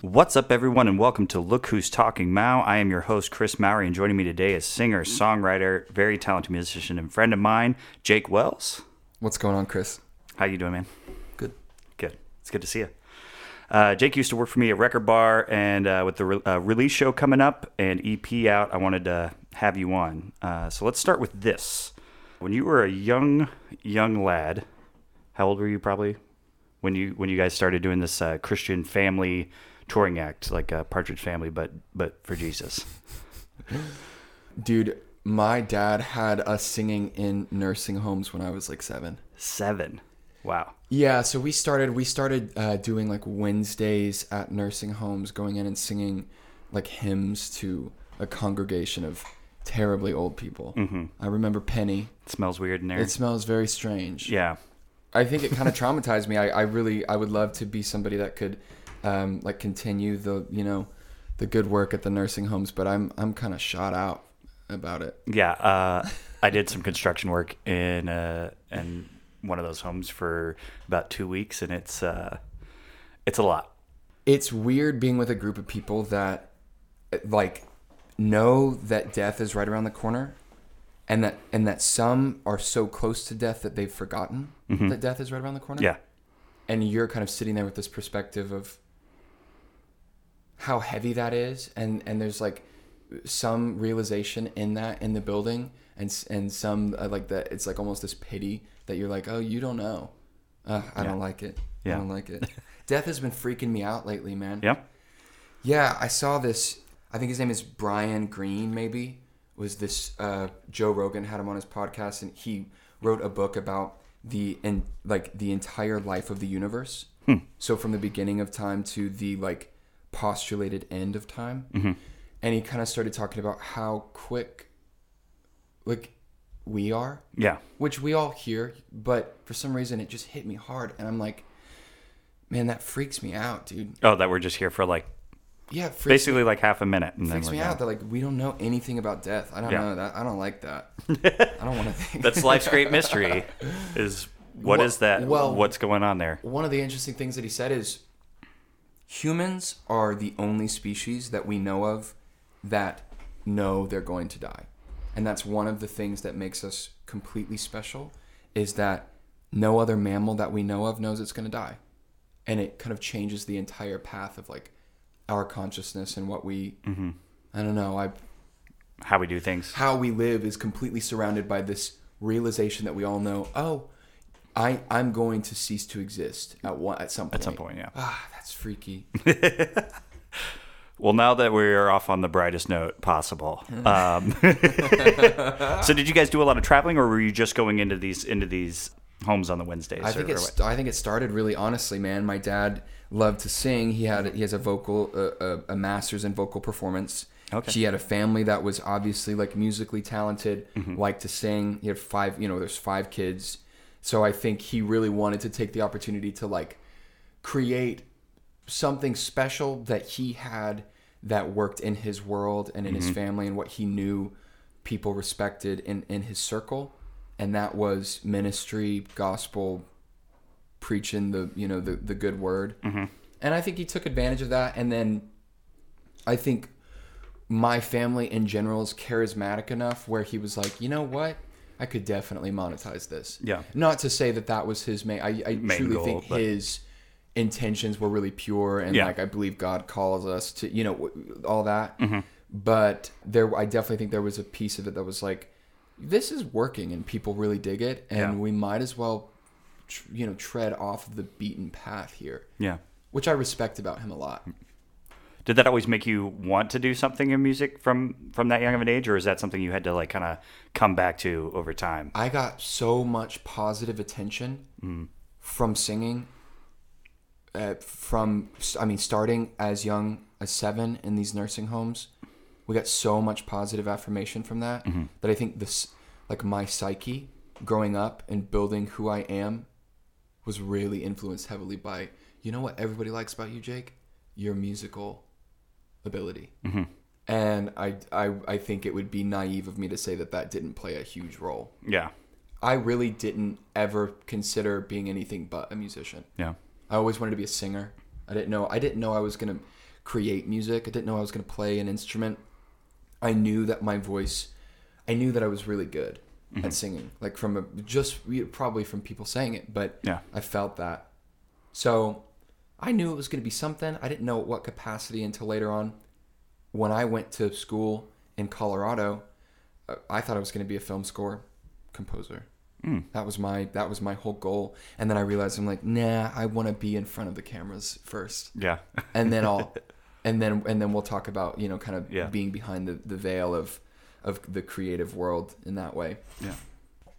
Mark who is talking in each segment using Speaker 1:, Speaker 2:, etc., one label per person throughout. Speaker 1: What's up, everyone, and welcome to Look Who's Talking Mao. I am your host, Chris Mowry, and joining me today is singer, songwriter, very talented musician, and friend of mine, Jake Wells.
Speaker 2: What's going on, Chris?
Speaker 1: How you doing, man?
Speaker 2: Good.
Speaker 1: Good. It's good to see you. Uh, Jake used to work for me at Record Bar, and uh, with the re- uh, release show coming up and EP out, I wanted to have you on. Uh, so let's start with this. When you were a young, young lad, how old were you? Probably when you when you guys started doing this uh, Christian family touring act, like uh, Partridge Family, but but for Jesus.
Speaker 2: Dude, my dad had us singing in nursing homes when I was like seven.
Speaker 1: Seven. Wow.
Speaker 2: Yeah, so we started we started uh, doing like Wednesdays at nursing homes, going in and singing like hymns to a congregation of terribly old people. Mm-hmm. I remember Penny.
Speaker 1: It smells weird in there.
Speaker 2: It smells very strange.
Speaker 1: yeah.
Speaker 2: I think it kind of traumatized me. I, I really I would love to be somebody that could um, like continue the you know the good work at the nursing homes, but I'm I'm kind of shot out about it.
Speaker 1: Yeah, uh, I did some construction work in uh, in one of those homes for about two weeks, and it's uh, it's a lot.
Speaker 2: It's weird being with a group of people that uh, like know that death is right around the corner and that and that some are so close to death that they've forgotten that death is right around the corner.
Speaker 1: Mm-hmm. Yeah,
Speaker 2: and you're kind of sitting there with this perspective of how heavy that is and and there's like some realization in that in the building and s- and some uh, like that it's like almost this pity that you're like oh you don't know uh, i don't like it
Speaker 1: Yeah.
Speaker 2: i don't like it death has been freaking me out lately man
Speaker 1: yeah,
Speaker 2: yeah, I saw this. I think his name is Brian Green. Maybe was this uh, Joe Rogan had him on his podcast, and he wrote a book about the and like the entire life of the universe. So from the beginning of time to the like postulated end of time, and he kind of started talking about how quick, like, we are
Speaker 1: yeah,
Speaker 2: which we all hear, but for some reason it just hit me hard, and I'm like, man, that freaks me out, dude.
Speaker 1: oh, that we're just here for like
Speaker 2: Yeah, it freaks
Speaker 1: basically like half a minute, and then
Speaker 2: freaks
Speaker 1: we're
Speaker 2: me
Speaker 1: done.
Speaker 2: out that like we don't know anything about death. I don't
Speaker 1: Yeah.
Speaker 2: know that. I don't like that. I don't want to think.
Speaker 1: That's life's great mystery. Is what
Speaker 2: Well-
Speaker 1: is that?
Speaker 2: well-
Speaker 1: What's going on there?
Speaker 2: One of the interesting things that he said is humans are the only species that we know of that know they're going to die. And that's one of the things that makes us completely special is that no other mammal that we know of knows it's going to die. And it kind of changes the entire path of like our consciousness and what we I don't know, I
Speaker 1: How we do things?
Speaker 2: how we live is completely surrounded by this realization that we all know. Oh, I I'm going to cease to exist at one at some point. At
Speaker 1: some point, yeah.
Speaker 2: Ah, that's freaky.
Speaker 1: Well, now that we're off on the brightest note possible,
Speaker 2: Hmm.
Speaker 1: um, so did you guys do a lot of traveling, or were you just going into these into these homes on the Wednesdays?
Speaker 2: I
Speaker 1: or-
Speaker 2: think
Speaker 1: or
Speaker 2: it's
Speaker 1: what?
Speaker 2: I think it started really honestly, man. My dad loved to sing. He had he has a vocal a, a, a master's in vocal performance.
Speaker 1: Okay.
Speaker 2: He had a family that was obviously like musically talented, liked to sing. He had five, you know, there's five kids. So I think he really wanted to take the opportunity to like create something special that he had that worked in his world and in his family and what he knew people respected in, in his circle. And that was ministry, gospel, preaching the you know the the good word
Speaker 1: Mm-hmm.
Speaker 2: and i think he took advantage of that and then i think my family in general is charismatic enough where he was like you know what i could definitely monetize this
Speaker 1: Yeah.
Speaker 2: not to say that that was his main i, I truly
Speaker 1: goal,
Speaker 2: think
Speaker 1: but-
Speaker 2: his intentions were really pure and
Speaker 1: Yeah.
Speaker 2: like i believe god calls us to you know w- all that
Speaker 1: Mm-hmm.
Speaker 2: but there i definitely think there was a piece of it that was like this is working and people really dig it and
Speaker 1: Yeah.
Speaker 2: we might as well tr- you know tread off the beaten path here
Speaker 1: yeah.
Speaker 2: which i respect about him a lot
Speaker 1: Did that always make you want to do something in music from from that young of an age, or is that something you had to like kind of come back to over time?
Speaker 2: i got so much positive attention from singing uh, from i mean starting as young as seven in these nursing homes we got so much positive affirmation from that that i think this like my psyche growing up and building who i am was really influenced heavily by you know what everybody likes about you jake your musical ability and I, I i think it would be naive of me to say that that didn't play a huge role
Speaker 1: Yeah,
Speaker 2: i really didn't ever consider being anything but a musician
Speaker 1: yeah,
Speaker 2: I always wanted to be a singer. I didn't know I didn't know I was gonna create music. I didn't know I was going to play an instrument. I knew that my voice, I knew that I was really good at singing, like from a, just you know, probably from people saying it, but
Speaker 1: Yeah.
Speaker 2: I felt that. So I knew it was going to be something. I didn't know at what capacity until later on. When I went to school in Colorado, uh, I thought I was going to be a film score composer. That was my that was my whole goal. And then I realized I'm like, nah, I want to be in front of the cameras first
Speaker 1: Yeah.
Speaker 2: and then I'll and then and then we'll talk about you know kind of
Speaker 1: Yeah.
Speaker 2: being behind the, the veil of of the creative world in that way.
Speaker 1: Yeah.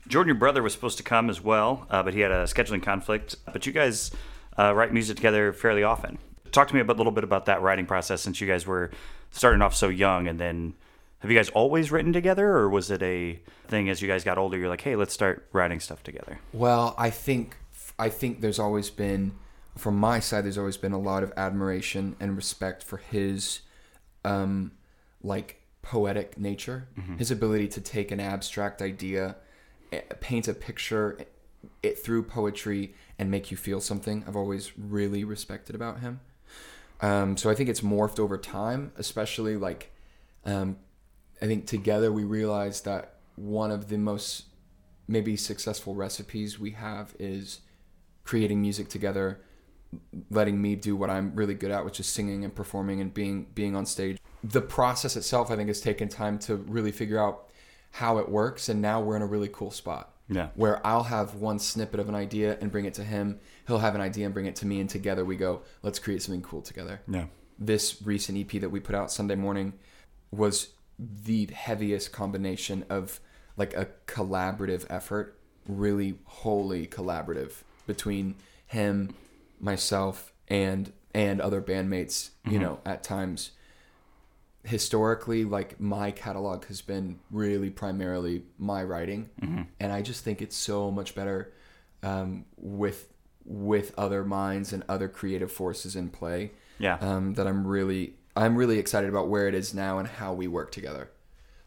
Speaker 1: Jordan, your brother, was supposed to come as well, uh, but he had a scheduling conflict. But you guys uh, write music together fairly often. Talk to me a bit- little bit about that writing process since you guys were starting off so young. And then have you guys always written together, or was it a thing as you guys got older, you're like, hey, let's start writing stuff together?
Speaker 2: Well, I think I think there's always been from my side there's always been a lot of admiration and respect for his um like poetic nature, his ability to take an abstract idea, eh, paint a picture eh, it through poetry and make you feel something. I've always really respected about him. Um, so I think it's morphed over time, especially like um, I think together we realized that one of the most maybe successful recipes we have is creating music together, letting me do what I'm really good at, which is singing and performing and being being on stage. The process itself, I think, has taken time to really figure out how it works, and now we're in a really cool spot
Speaker 1: Yeah.
Speaker 2: where I'll have one snippet of an idea and bring it to him. He'll have an idea and bring it to me, and together we go, let's create something cool together.
Speaker 1: Yeah.
Speaker 2: This recent EP that we put out Sunday morning was the heaviest combination of like a collaborative effort, really wholly collaborative between him, myself, and and other bandmates, you know, at times historically like my catalog has been really primarily my writing and i just think it's so much better um, with with other minds and other creative forces in play
Speaker 1: Yeah.
Speaker 2: um, that i'm really i'm really excited about where it is now and how we work together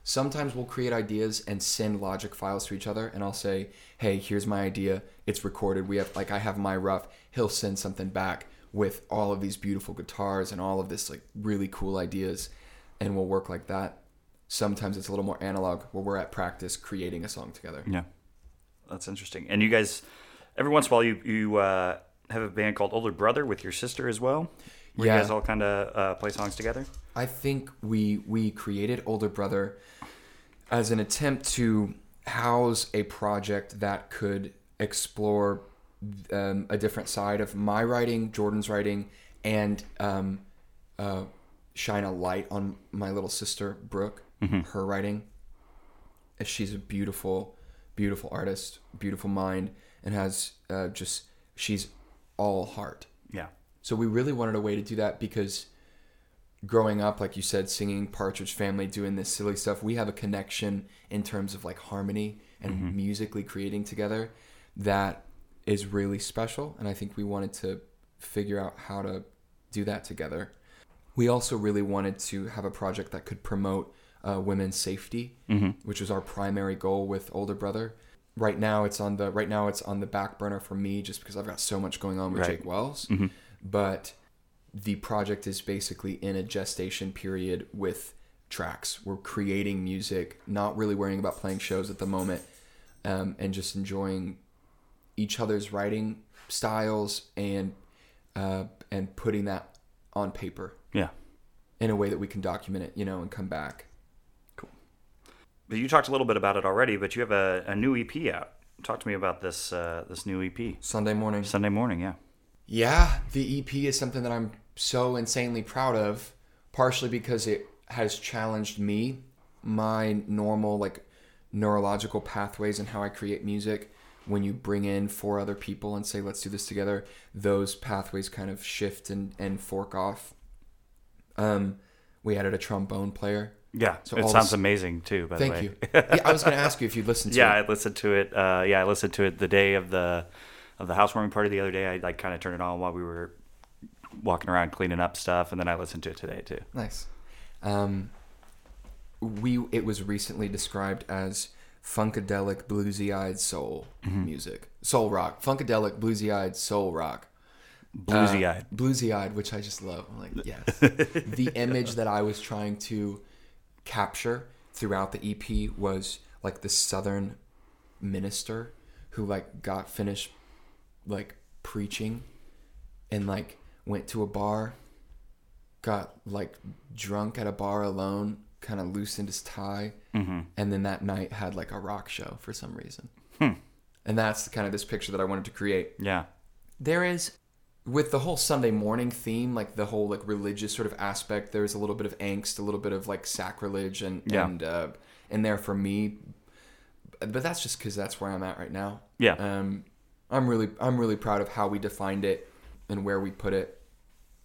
Speaker 2: sometimes we'll create ideas and send logic files to each other and i'll say hey here's my idea it's recorded we have like i have my rough he'll send something back with all of these beautiful guitars and all of this like really cool ideas and we'll work like that sometimes it's a little more analog where we're at practice creating a song together
Speaker 1: Yeah, that's interesting. And you guys, every once in a while, you you uh, have a band called Older Brother with your sister as well. Where
Speaker 2: Yeah.
Speaker 1: you guys all kind of uh, play songs together.
Speaker 2: I think we we created Older Brother as an attempt to house a project that could explore um, a different side of my writing, Jordan's writing, and um, uh, shine a light on my little sister Brooke, her writing. Uh, She's a beautiful, beautiful artist, beautiful mind, and has uh, just she's all heart.
Speaker 1: Yeah,
Speaker 2: So we really wanted a way to do that because growing up, like you said, singing Partridge Family, doing this silly stuff, we have a connection in terms of like harmony and musically creating together that is really special. And I think we wanted to figure out how to do that together. We also really wanted to have a project that could promote uh, women's safety, which was our primary goal with Older Brother. Right now, it's on the right now it's on the back burner for me just because I've got so much going on with
Speaker 1: Right.
Speaker 2: Jake Wells. But the project is basically in a gestation period with tracks. We're creating music, not really worrying about playing shows at the moment, um, and just enjoying each other's writing styles and uh, and putting that on paper
Speaker 1: yeah.
Speaker 2: in a way that we can document it, you know, and come back.
Speaker 1: But you talked a little bit about it already. But you have a, a new EP out. Talk to me about this uh, this new EP.
Speaker 2: Sunday morning.
Speaker 1: Sunday morning. Yeah.
Speaker 2: Yeah, the EP is something that I'm so insanely proud of, partially because it has challenged me, my normal like neurological pathways and how I create music. When you bring in four other people and say, let's do this together, those pathways kind of shift and, and fork off. Um, we added a trombone player.
Speaker 1: Yeah.
Speaker 2: So
Speaker 1: it
Speaker 2: all
Speaker 1: sounds
Speaker 2: this-
Speaker 1: amazing too. By the
Speaker 2: Thank
Speaker 1: way.
Speaker 2: you. Yeah, I was going to ask you if you'd listened to
Speaker 1: Yeah,
Speaker 2: it.
Speaker 1: I listened to it. Uh, yeah, I listened to it the day of the of the housewarming party the other day. I like kind of turned it on while we were walking around cleaning up stuff, and then I listened to it today too.
Speaker 2: Nice. Um, we it was recently described as funkadelic bluesy-eyed soul music, soul rock, funkadelic bluesy-eyed soul rock.
Speaker 1: Bluesy
Speaker 2: Uh,
Speaker 1: eyed.
Speaker 2: bluesy eyed, which I just love. I'm like, yes. the image that I was trying to capture throughout the EP was like the southern minister who like got finished like preaching and like went to a bar, got like drunk at a bar alone, kind of loosened his tie, and then that night had like a rock show for some reason. And that's kind of this picture that I wanted to create
Speaker 1: yeah.
Speaker 2: there is with the whole sunday morning theme like the whole like religious sort of aspect there's a little bit of angst a little bit of like sacrilege and
Speaker 1: Yeah.
Speaker 2: and uh in there for me but that's just because that's where i'm at right now
Speaker 1: Yeah.
Speaker 2: um i'm really i'm really proud of how we defined it and where we put it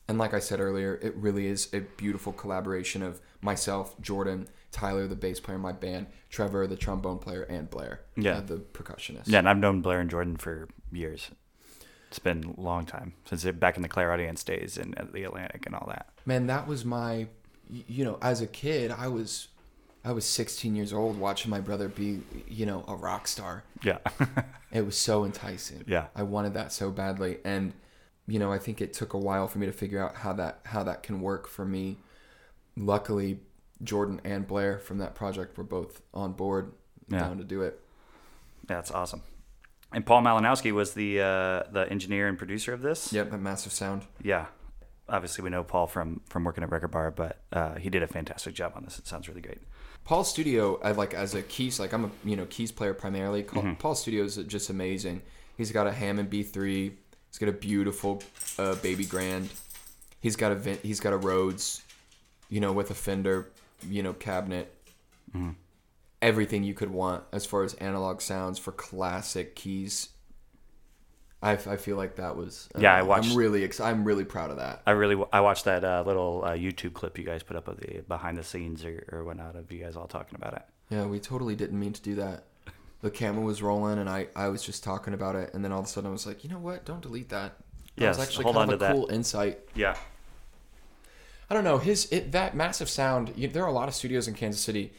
Speaker 2: and like i said earlier it really is a beautiful collaboration of myself jordan tyler the bass player in my band trevor the trombone player and blair
Speaker 1: Yeah.
Speaker 2: uh, the percussionist
Speaker 1: Yeah, and I've known Blair and Jordan for years. It's been a long time since they're back in the Claire audience days and at the Atlantic and all that.
Speaker 2: man that was my y- you know as a kid i was i was 16 years old watching my brother be you know a rock star
Speaker 1: Yeah.
Speaker 2: it was so enticing
Speaker 1: Yeah.
Speaker 2: i wanted that so badly and you know i think it took a while for me to figure out how that how that can work for me luckily jordan and blair from that project were both on board
Speaker 1: Yeah.
Speaker 2: down to do it
Speaker 1: That's awesome. And Paul Malinowski was the uh, the engineer and producer of this.
Speaker 2: yep at massive sound
Speaker 1: Yeah. Obviously, we know Paul from from working at Record Bar, but uh, he did a fantastic job on this. It sounds really great.
Speaker 2: Paul's studio, I like as a keys, like I'm a you know keys player primarily. Paul,
Speaker 1: Mm-hmm.
Speaker 2: Paul's studio is just amazing. He's got a Hammond B3. He's got a beautiful uh, baby grand. He's got a Vin- he's got a Rhodes, you know, with a Fender, you know, cabinet.
Speaker 1: Mm-hmm.
Speaker 2: Everything you could want as far as analog sounds for classic keys. I, I feel like that was uh,
Speaker 1: Yeah, I watched-
Speaker 2: I'm really ex- I'm really proud of that.
Speaker 1: I really I watched that uh, little uh, YouTube clip you guys put up of the behind the scenes or, or whatnot of you guys all talking about it.
Speaker 2: Yeah, we totally didn't mean to do that. The camera was rolling, and I, I was just talking about it, and then all of a sudden I was like, you know what? Don't delete that. That
Speaker 1: Yes,
Speaker 2: was actually
Speaker 1: hold
Speaker 2: kind
Speaker 1: on
Speaker 2: of
Speaker 1: to
Speaker 2: a
Speaker 1: that.
Speaker 2: cool insight.
Speaker 1: Yeah.
Speaker 2: I don't know his it, that massive sound. You, there are a lot of studios in Kansas City.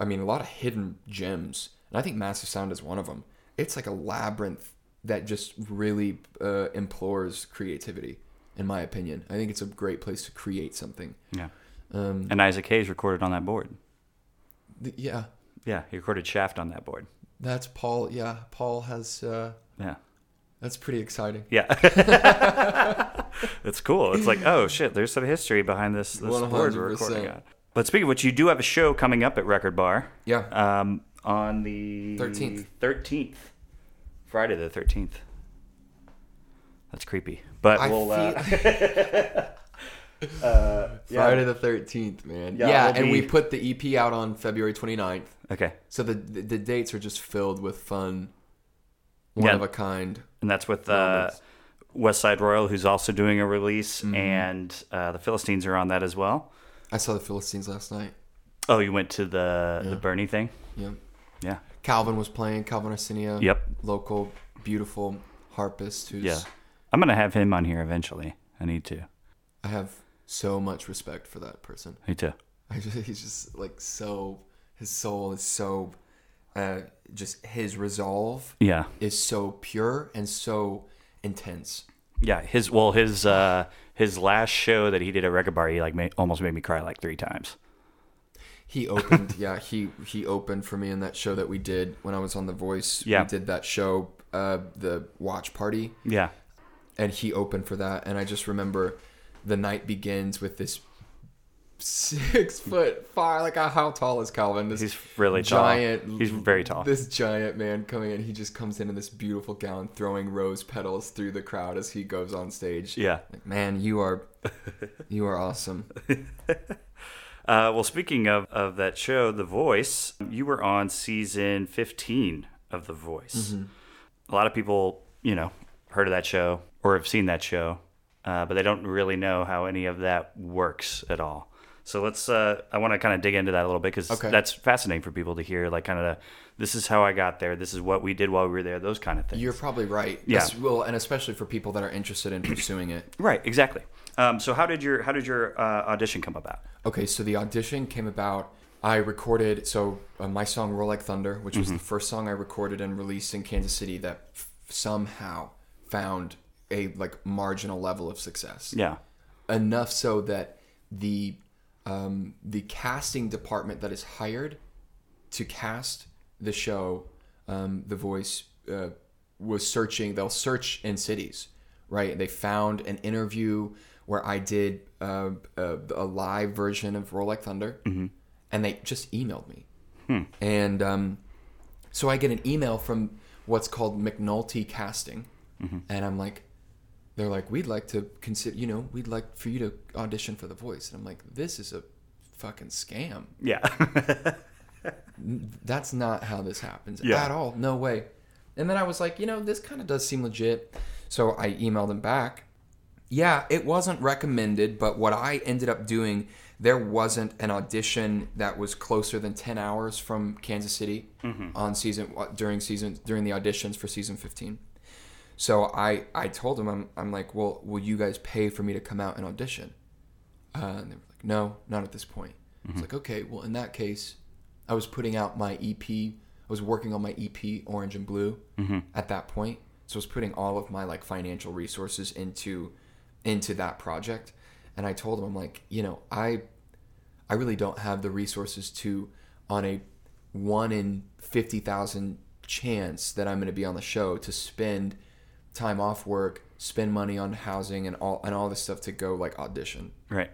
Speaker 2: I mean, a lot of hidden gems, and I think Massive Sound is one of them. It's like a labyrinth that just really uh, implores creativity, in my opinion. I think it's a great place to create something.
Speaker 1: Yeah.
Speaker 2: Um,
Speaker 1: And Isaac Hayes recorded on that board.
Speaker 2: th- yeah,
Speaker 1: Yeah, he recorded Shaft on that board.
Speaker 2: that's Paul. Yeah, Paul has. Uh,
Speaker 1: Yeah.
Speaker 2: that's pretty exciting.
Speaker 1: Yeah. it's cool. It's like, oh shit, there's some history behind this, this board we're recording
Speaker 2: 100%.
Speaker 1: on. But speaking of which, you do have a show coming up at Record Bar.
Speaker 2: Yeah.
Speaker 1: Um, on the
Speaker 2: 13th.
Speaker 1: 13th. Friday the 13th. That's creepy. But
Speaker 2: I
Speaker 1: we'll. uh,
Speaker 2: Friday the 13th, man.
Speaker 1: Yeah,
Speaker 2: Yeah,
Speaker 1: we'll
Speaker 2: and we
Speaker 1: be-
Speaker 2: put the EP out on February 29th.
Speaker 1: okay.
Speaker 2: So the the, the dates are just filled with fun, one
Speaker 1: Yeah.
Speaker 2: of a kind.
Speaker 1: And that's with uh,
Speaker 2: Moments.
Speaker 1: West Side Royal, who's also doing a release, and uh, the Philistines are on that as well.
Speaker 2: I saw the Philistines last night.
Speaker 1: Oh, you went to the the Bernie thing?
Speaker 2: Yep.
Speaker 1: Yeah.
Speaker 2: Calvin was playing, Calvin Arsenio.
Speaker 1: Yep.
Speaker 2: Local, beautiful harpist who's.
Speaker 1: Yeah. I'm going to have him on here eventually. I need to.
Speaker 2: I have so much respect for that person.
Speaker 1: Me too.
Speaker 2: I just, he's just like so. His soul is so. Uh, just his resolve
Speaker 1: Yeah.
Speaker 2: is so pure and so intense.
Speaker 1: Yeah. His well, his uh his last show that he did at Record Bar, he like made, almost made me cry like three times.
Speaker 2: He opened, yeah, he he opened for me in that show that we did when I was on The Voice.
Speaker 1: Yeah.
Speaker 2: we did that show, uh, the watch party,
Speaker 1: Yeah.
Speaker 2: and he opened for that. And I just remember, the night begins with this six foot fire. Like how tall is Calvin? This
Speaker 1: He's really
Speaker 2: giant.
Speaker 1: tall. He's very tall.
Speaker 2: This giant man coming in, he just comes in in this beautiful gown, throwing rose petals through the crowd as he goes on stage.
Speaker 1: Yeah.
Speaker 2: like, man, you are, you are awesome.
Speaker 1: Uh, well, speaking of, of that show, The Voice, you were on season 15 of The Voice. A lot of people, you know, heard of that show or have seen that show, uh, but they don't really know how any of that works at all. So let's, uh, I want to kind of dig into that a little bit because
Speaker 2: Okay.
Speaker 1: that's fascinating for people to hear, like, kind of, this is how I got there, this is what we did while we were there, those kind of things.
Speaker 2: You're probably right.
Speaker 1: Yeah.
Speaker 2: Yes, well, and especially for people that are interested in pursuing it.
Speaker 1: right, exactly. Um, so how did your how did your uh, audition come about?
Speaker 2: Okay, so the audition came about. I recorded so uh, my song "Roll Like Thunder," which was the first song I recorded and released in Kansas City that f- somehow found a like marginal level of success.
Speaker 1: Yeah.
Speaker 2: Enough so that the um, the casting department that is hired to cast the show, um, The Voice, uh, was searching. They'll search in cities, right? They found an interview where I did uh, a, a live version of Roll Like Thunder, and they just emailed me. And um, so I get an email from what's called McNulty Casting, and I'm like, they're like, we'd like to consider, you know, we'd like for you to audition for The Voice, and I'm like, this is a fucking scam.
Speaker 1: Yeah.
Speaker 2: That's not how this happens
Speaker 1: Yeah.
Speaker 2: at all. No way. And then I was like, you know, this kind of does seem legit. So I emailed them back. Yeah, it wasn't recommended, but what I ended up doing, there wasn't an audition that was closer than 10 hours from Kansas City on season uh, during season during the auditions for season 15. So I I told them I'm I'm like, "Well, will you guys pay for me to come out and audition?" Uh, and they were like, no, not at this point. It's like, okay, well, in that case, I was putting out my EP. I was working on my EP, Orange and Blue, at that point. So I was putting all of my like financial resources into into that project. And I told them, I'm like, you know, I I really don't have the resources to on a one in fifty thousand chance that I'm going to be on the show to spend time off work, spend money on housing and all and all this stuff to go like audition.
Speaker 1: right.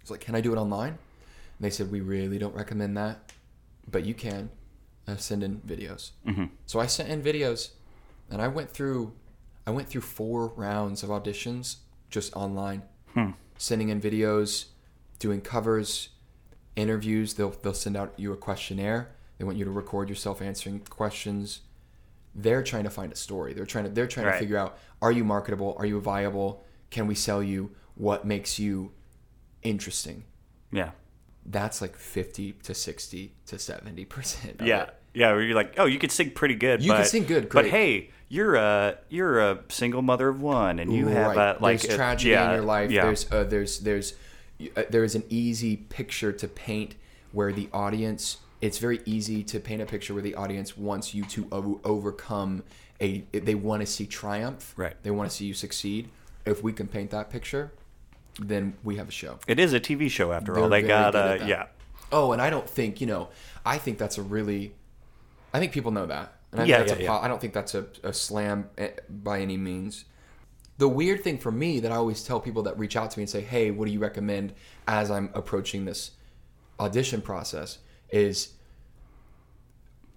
Speaker 2: It's like, can I do it online? And they said, we really don't recommend that, but you can uh, send in videos. Mm-hmm. So I sent in videos, and I went through, I went through four rounds of auditions just online, sending in videos, doing covers, interviews. They'll they'll send out you a questionnaire. They want you to record yourself answering questions. They're trying to find a story. They're trying to they're trying to
Speaker 1: Right.
Speaker 2: figure out are you marketable? Are you viable? Can we sell you? What makes you interesting.
Speaker 1: Yeah.
Speaker 2: That's like 50 to 60 to 70%. of
Speaker 1: Yeah.
Speaker 2: it.
Speaker 1: Yeah, where you're like, oh, you could sing pretty good.
Speaker 2: You
Speaker 1: but,
Speaker 2: could sing good,
Speaker 1: but
Speaker 2: great.
Speaker 1: hey, you're a you're a single mother of one, and you have
Speaker 2: Right.
Speaker 1: a like
Speaker 2: there's
Speaker 1: a-
Speaker 2: tragedy
Speaker 1: yeah,
Speaker 2: in your life.
Speaker 1: Yeah,
Speaker 2: There's uh, there's there's uh, there is an easy picture to paint where the audience it's very easy to paint a picture where the audience wants you to o- overcome a they want to see triumph.
Speaker 1: Right.
Speaker 2: They want to see you succeed. If we can paint that picture, then we have a show.
Speaker 1: it is a TV show after
Speaker 2: They're
Speaker 1: all. They
Speaker 2: very
Speaker 1: got
Speaker 2: good at
Speaker 1: uh,
Speaker 2: that.
Speaker 1: yeah,
Speaker 2: Oh, and I don't think you know. I think that's a really. I think people know that, and I,
Speaker 1: Yeah,
Speaker 2: think that's
Speaker 1: yeah,
Speaker 2: a po- I don't think that's a, a slam eh, by any means. The weird thing for me that I always tell people that reach out to me and say, "Hey, what do you recommend?" As I'm approaching this audition process, is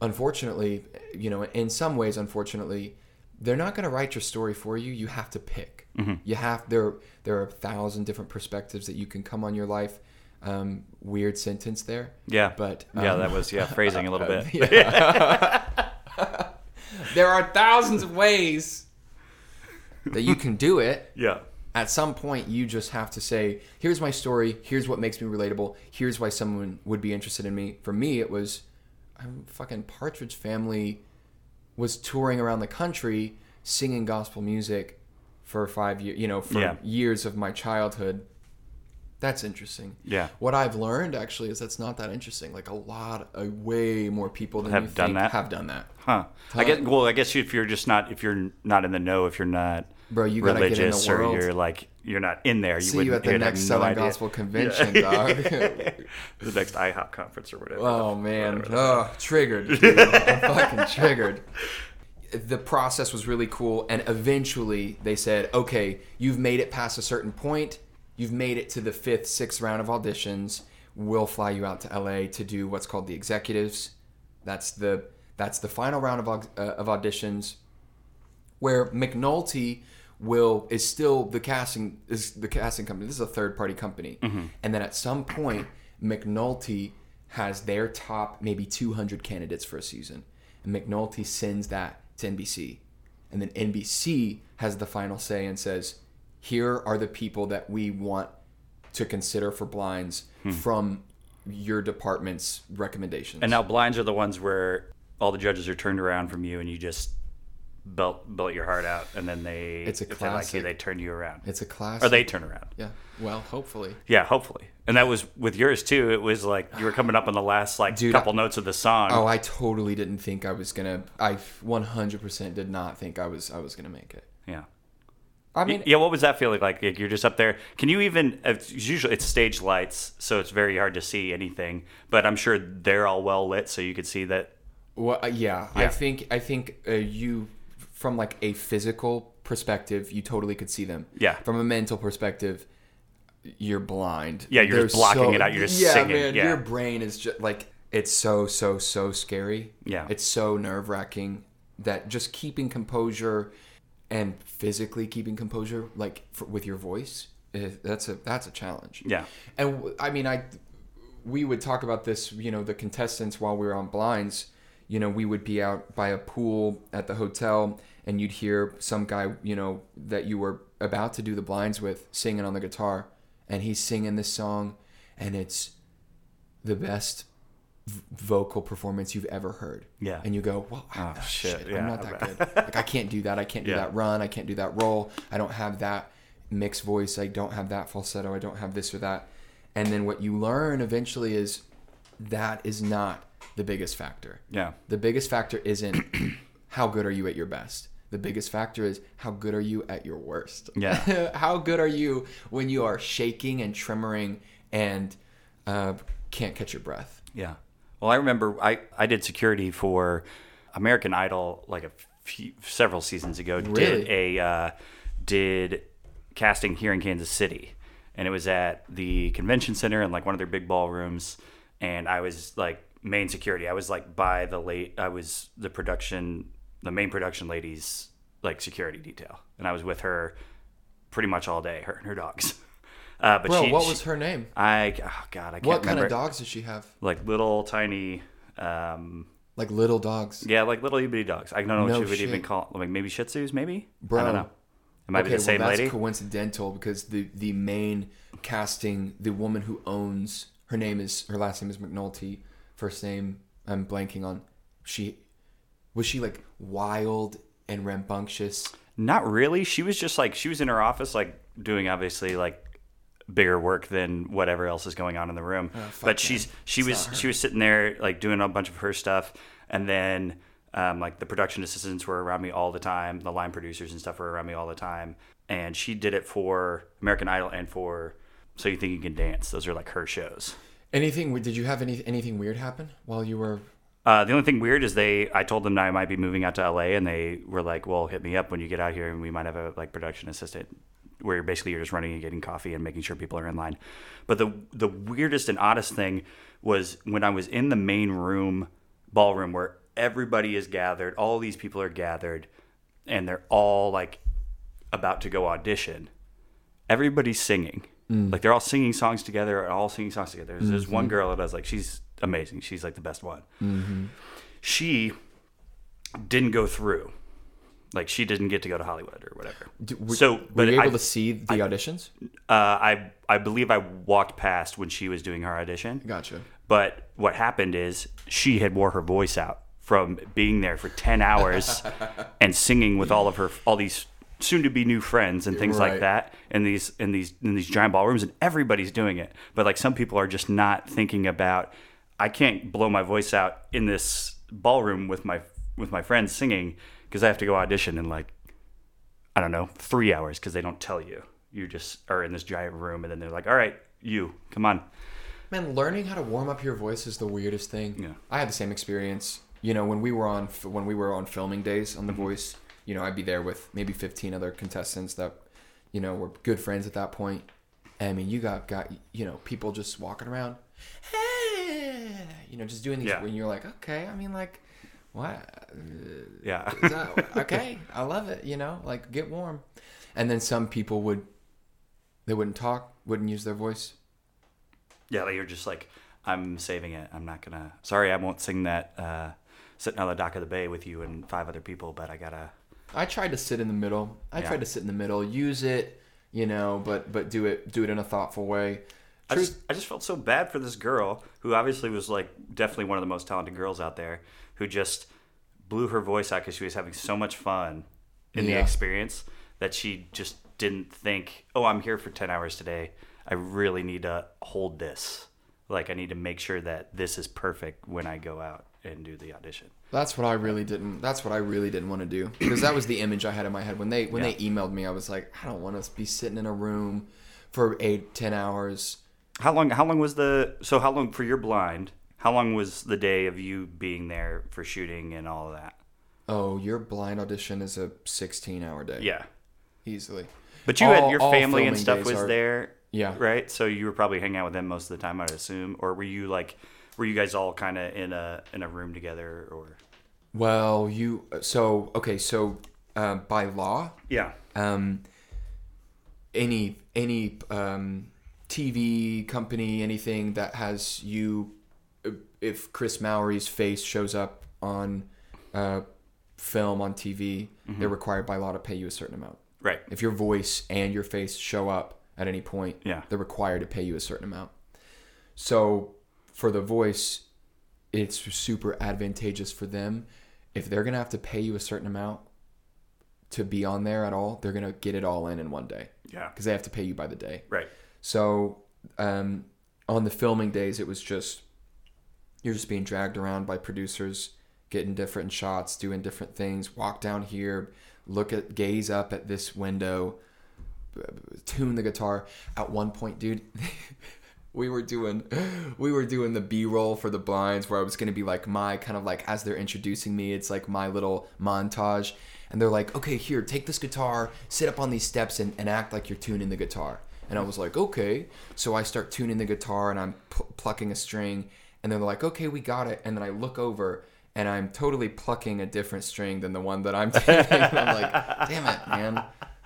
Speaker 2: unfortunately, you know, in some ways, unfortunately, they're not going to write your story for you. You have to pick.
Speaker 1: Mm-hmm.
Speaker 2: You have there. There are a thousand different perspectives that you can come on your life. Um, weird sentence there.
Speaker 1: yeah,
Speaker 2: But
Speaker 1: yeah,
Speaker 2: um,
Speaker 1: that was yeah phrasing a little bit.
Speaker 2: there are thousands of ways that you can do it.
Speaker 1: Yeah,
Speaker 2: At some point, you just have to say, "Here's my story. Here's what makes me relatable. Here's why someone would be interested in me." For me, it was, I'm fucking Partridge Family was touring around the country singing gospel music for five years, you know, for
Speaker 1: Yeah.
Speaker 2: years of my childhood. That's interesting.
Speaker 1: Yeah.
Speaker 2: What I've learned actually is that's not that interesting. Like a lot, a way more people than
Speaker 1: Have
Speaker 2: you
Speaker 1: done
Speaker 2: think
Speaker 1: that?
Speaker 2: have done that.
Speaker 1: huh? I
Speaker 2: Huh.
Speaker 1: guess. Well, I guess if you're just not if you're not in the know, if you're not
Speaker 2: Bro, you gotta get in the
Speaker 1: religious or
Speaker 2: world.
Speaker 1: you're like you're not in there, you
Speaker 2: See
Speaker 1: wouldn't
Speaker 2: you at the
Speaker 1: you'd have
Speaker 2: next
Speaker 1: no
Speaker 2: Southern
Speaker 1: idea.
Speaker 2: Gospel Convention, dog.
Speaker 1: the next IHOP conference or whatever.
Speaker 2: Oh man, oh, triggered. dude. I'm fucking triggered. The process was really cool, and eventually they said, "Okay, you've made it past a certain point. You've made it to the fifth, sixth round of auditions. We'll fly you out to LA to do what's called the executives. That's the that's the final round of au- uh, of auditions, where McNulty will is still the casting is the casting company. This is a third party company, and then at some point McNulty has their top maybe 200 candidates for a season, and McNulty sends that to NBC, and then NBC has the final say and says, "Here are the people that we want to consider for blinds from your department's recommendations."
Speaker 1: And now blinds are the ones where all the judges are turned around from you, and you just belt belt your heart out, and then they
Speaker 2: It's a
Speaker 1: if they like you,
Speaker 2: classic.
Speaker 1: they turn you around,
Speaker 2: it's a class.
Speaker 1: or they turn around.
Speaker 2: Yeah. Well, hopefully.
Speaker 1: Yeah, hopefully. And that was with yours too. It was like you were coming up on the last like
Speaker 2: Dude,
Speaker 1: couple notes of the song.
Speaker 2: Oh, I totally didn't think I was gonna. I 100% did not think I was I was gonna make it.
Speaker 1: yeah,
Speaker 2: I mean,
Speaker 1: yeah, what was that feeling like? Like, You're just up there. Can you even? It's usually it's stage lights, so it's very hard to see anything. But I'm sure they're all well lit, so you could see that.
Speaker 2: Well, uh, yeah. I
Speaker 1: Yeah.
Speaker 2: think I think uh, you, from like a physical perspective, you totally could see them.
Speaker 1: Yeah.
Speaker 2: From a mental perspective, you're blind.
Speaker 1: Yeah, you're just blocking it out. You're just
Speaker 2: yeah,
Speaker 1: singing.
Speaker 2: man.
Speaker 1: Yeah.
Speaker 2: Your brain is just like it's so so so scary.
Speaker 1: Yeah.
Speaker 2: It's so nerve wracking that just keeping composure and physically keeping composure, like for, with your voice, is, that's a that's a challenge.
Speaker 1: Yeah.
Speaker 2: And w- I mean, I we would talk about this, you know, the contestants while we were on blinds, you know, we would be out by a pool at the hotel and you'd hear some guy, you know, that you were about to do the blinds with singing on the guitar and he's singing this song and it's the best v- vocal performance you've ever heard.
Speaker 1: Yeah.
Speaker 2: And you go, well, oh,
Speaker 1: shit,
Speaker 2: shit,
Speaker 1: yeah,
Speaker 2: I'm not
Speaker 1: I
Speaker 2: that good. Like, I can't do that. I can't do
Speaker 1: Yeah.
Speaker 2: that run. I can't do that roll. I don't have that mixed voice. I don't have that falsetto. I don't have this or that. And then what you learn eventually is that is not the biggest factor.
Speaker 1: Yeah.
Speaker 2: The biggest factor isn't how good are you at your best. The biggest factor is how good are you at your worst.
Speaker 1: Yeah.
Speaker 2: how good are you when you are shaking and tremoring and uh, can't catch your breath?
Speaker 1: Yeah. Well, I remember I, I did security for American Idol like a few several seasons ago. Did
Speaker 2: Really?
Speaker 1: a uh, did casting here in Kansas City, and it was at the convention center in like one of their big ballrooms, and I was like main security. I was like by the late. I was the production, the main production lady's like security detail, and I was with her pretty much all day, her and her dogs. Uh, but
Speaker 2: Bro,
Speaker 1: she,
Speaker 2: what
Speaker 1: she-
Speaker 2: was her name?
Speaker 1: I oh god I can't
Speaker 2: What kind
Speaker 1: remember
Speaker 2: of dogs does she have?
Speaker 1: like little tiny um
Speaker 2: Like little dogs.
Speaker 1: yeah like little bitty dogs i don't know
Speaker 2: No
Speaker 1: what you would even
Speaker 2: shit.
Speaker 1: call like maybe shih tzus maybe
Speaker 2: Bro.
Speaker 1: i don't know it might be the same
Speaker 2: well, that's
Speaker 1: lady
Speaker 2: coincidental because the the main casting, the woman who owns her name is her last name is McNulty. First name I'm blanking on. She was she like wild and rambunctious.
Speaker 1: not really she was just like she was in her office like doing obviously like bigger work than whatever else is going on in the room
Speaker 2: Oh,
Speaker 1: but she's she was she was sitting there like doing a bunch of her stuff and then um, like the production assistants were around me all the time the line producers and stuff were around me all the time and she did it for american idol and for so you think you can dance those are like her shows
Speaker 2: Anything? Did you have any anything weird happen while you were?
Speaker 1: Uh, the only thing weird is they. I told them that I might be moving out to LA, and they were like, "Well, hit me up when you get out here, and we might have a like production assistant, where you're basically you're just running and getting coffee and making sure people are in line." But the the weirdest and oddest thing was when I was in the main room ballroom where everybody is gathered, all these people are gathered, and they're all like about to go audition. Everybody's singing.
Speaker 2: Mm.
Speaker 1: Like they're all singing songs together, and all singing songs together. There's this
Speaker 2: Mm-hmm.
Speaker 1: one girl that I was like, she's amazing. She's like the best one she didn't go through. Like she didn't get to go to Hollywood or whatever.
Speaker 2: were
Speaker 1: so,
Speaker 2: Were
Speaker 1: but
Speaker 2: you
Speaker 1: I,
Speaker 2: able to see the auditions?
Speaker 1: uh, I, I believe I walked past when she was doing her audition.
Speaker 2: Gotcha.
Speaker 1: But what happened is she had wore her voice out from being there for ten hours and singing with all of her all these soon to be new friends and things like
Speaker 2: Right.
Speaker 1: that in these in these in these giant ballrooms and everybody's doing it. But like some people are just not thinking about I can't blow my voice out in this ballroom with my with my friends singing because I have to go audition in like I don't know, three hours because they don't tell you. You just are in this giant room and then they're like, All right, you, come on.
Speaker 2: Man, learning how to warm up your voice is the weirdest thing.
Speaker 1: Yeah.
Speaker 2: I had the same experience. You know, when we were on when we were on filming days on The
Speaker 1: Mm-hmm.
Speaker 2: Voice, you know, I'd be there with maybe 15 other contestants that, you know, were good friends at that point. And, I mean, you got got you know people just walking around, you know, just doing these.
Speaker 1: Yeah.
Speaker 2: When you're like, okay, I mean, like, what?
Speaker 1: Yeah.
Speaker 2: So, okay, I love it. You know, like get warm. And then some people would, they wouldn't talk, wouldn't use their voice.
Speaker 1: Yeah, like you're just like, I'm saving it. I'm not gonna. Sorry, I won't sing that. Uh, sitting on the dock of the bay with you and five other people, but I gotta.
Speaker 2: I tried to sit in the middle. I
Speaker 1: Yeah.
Speaker 2: tried to sit in the middle, use it, you know, but but do it do it in a thoughtful way.
Speaker 1: I
Speaker 2: Truth,
Speaker 1: just, I just felt so bad for this girl who obviously was like definitely one of the most talented girls out there, who just blew her voice out because she was having so much fun in the
Speaker 2: Yeah.
Speaker 1: experience that she just didn't think, oh, I'm here for ten hours today. I really need to hold this. Like I need to make sure that this is perfect when I go out and do the audition.
Speaker 2: That's what I really didn't. That's what I really didn't want to do because that was the image I had in my head when they when they emailed me. I was like, I don't want to be sitting in a room for eight ten hours.
Speaker 1: How long? How long was the? So how long for your blind? How long was the day of you being there for shooting and all of that?
Speaker 2: Oh, your blind audition is a sixteen hour day.
Speaker 1: Yeah,
Speaker 2: easily.
Speaker 1: but you
Speaker 2: All-
Speaker 1: had your
Speaker 2: all
Speaker 1: family and
Speaker 2: filming
Speaker 1: stuff
Speaker 2: days
Speaker 1: was
Speaker 2: are-
Speaker 1: there.
Speaker 2: Yeah.
Speaker 1: right. So you were probably hanging out with them most of the time, I'd assume. Or were you like, were you guys all kind of in a in a room together? Or
Speaker 2: Well, you so okay. So uh, by law,
Speaker 1: yeah,
Speaker 2: um, any any um, TV company, anything that has you, uh, if Chris Mowry's face shows up on uh, film on TV, they're required by law to pay you a certain amount.
Speaker 1: right.
Speaker 2: If your voice and your face show up at any point,
Speaker 1: Yeah.
Speaker 2: they're required to pay you a certain amount. So for the voice, it's super advantageous for them. If they're gonna have to pay you a certain amount to be on there at all, they're gonna get it all in in one day
Speaker 1: Yeah,
Speaker 2: because they have to pay you by the day.
Speaker 1: right.
Speaker 2: So um, on the filming days, it was just you're just being dragged around by producers, getting different shots, doing different things. Walk down here, look at, gaze up at this window, tune the guitar. At one point, dude. We were doing, we were doing the B roll for the blinds, where I was gonna be like my kind of like as they're introducing me, it's like my little montage, and they're like, okay, here, take this guitar, sit up on these steps, and, and act like you're tuning the guitar. And I was like, okay. So I start tuning the guitar, and I'm pl- plucking a string, and they're like, okay, we got it. And then I look over, and I'm totally plucking a different string than the one that I'm taking. and I'm like, damn it, man.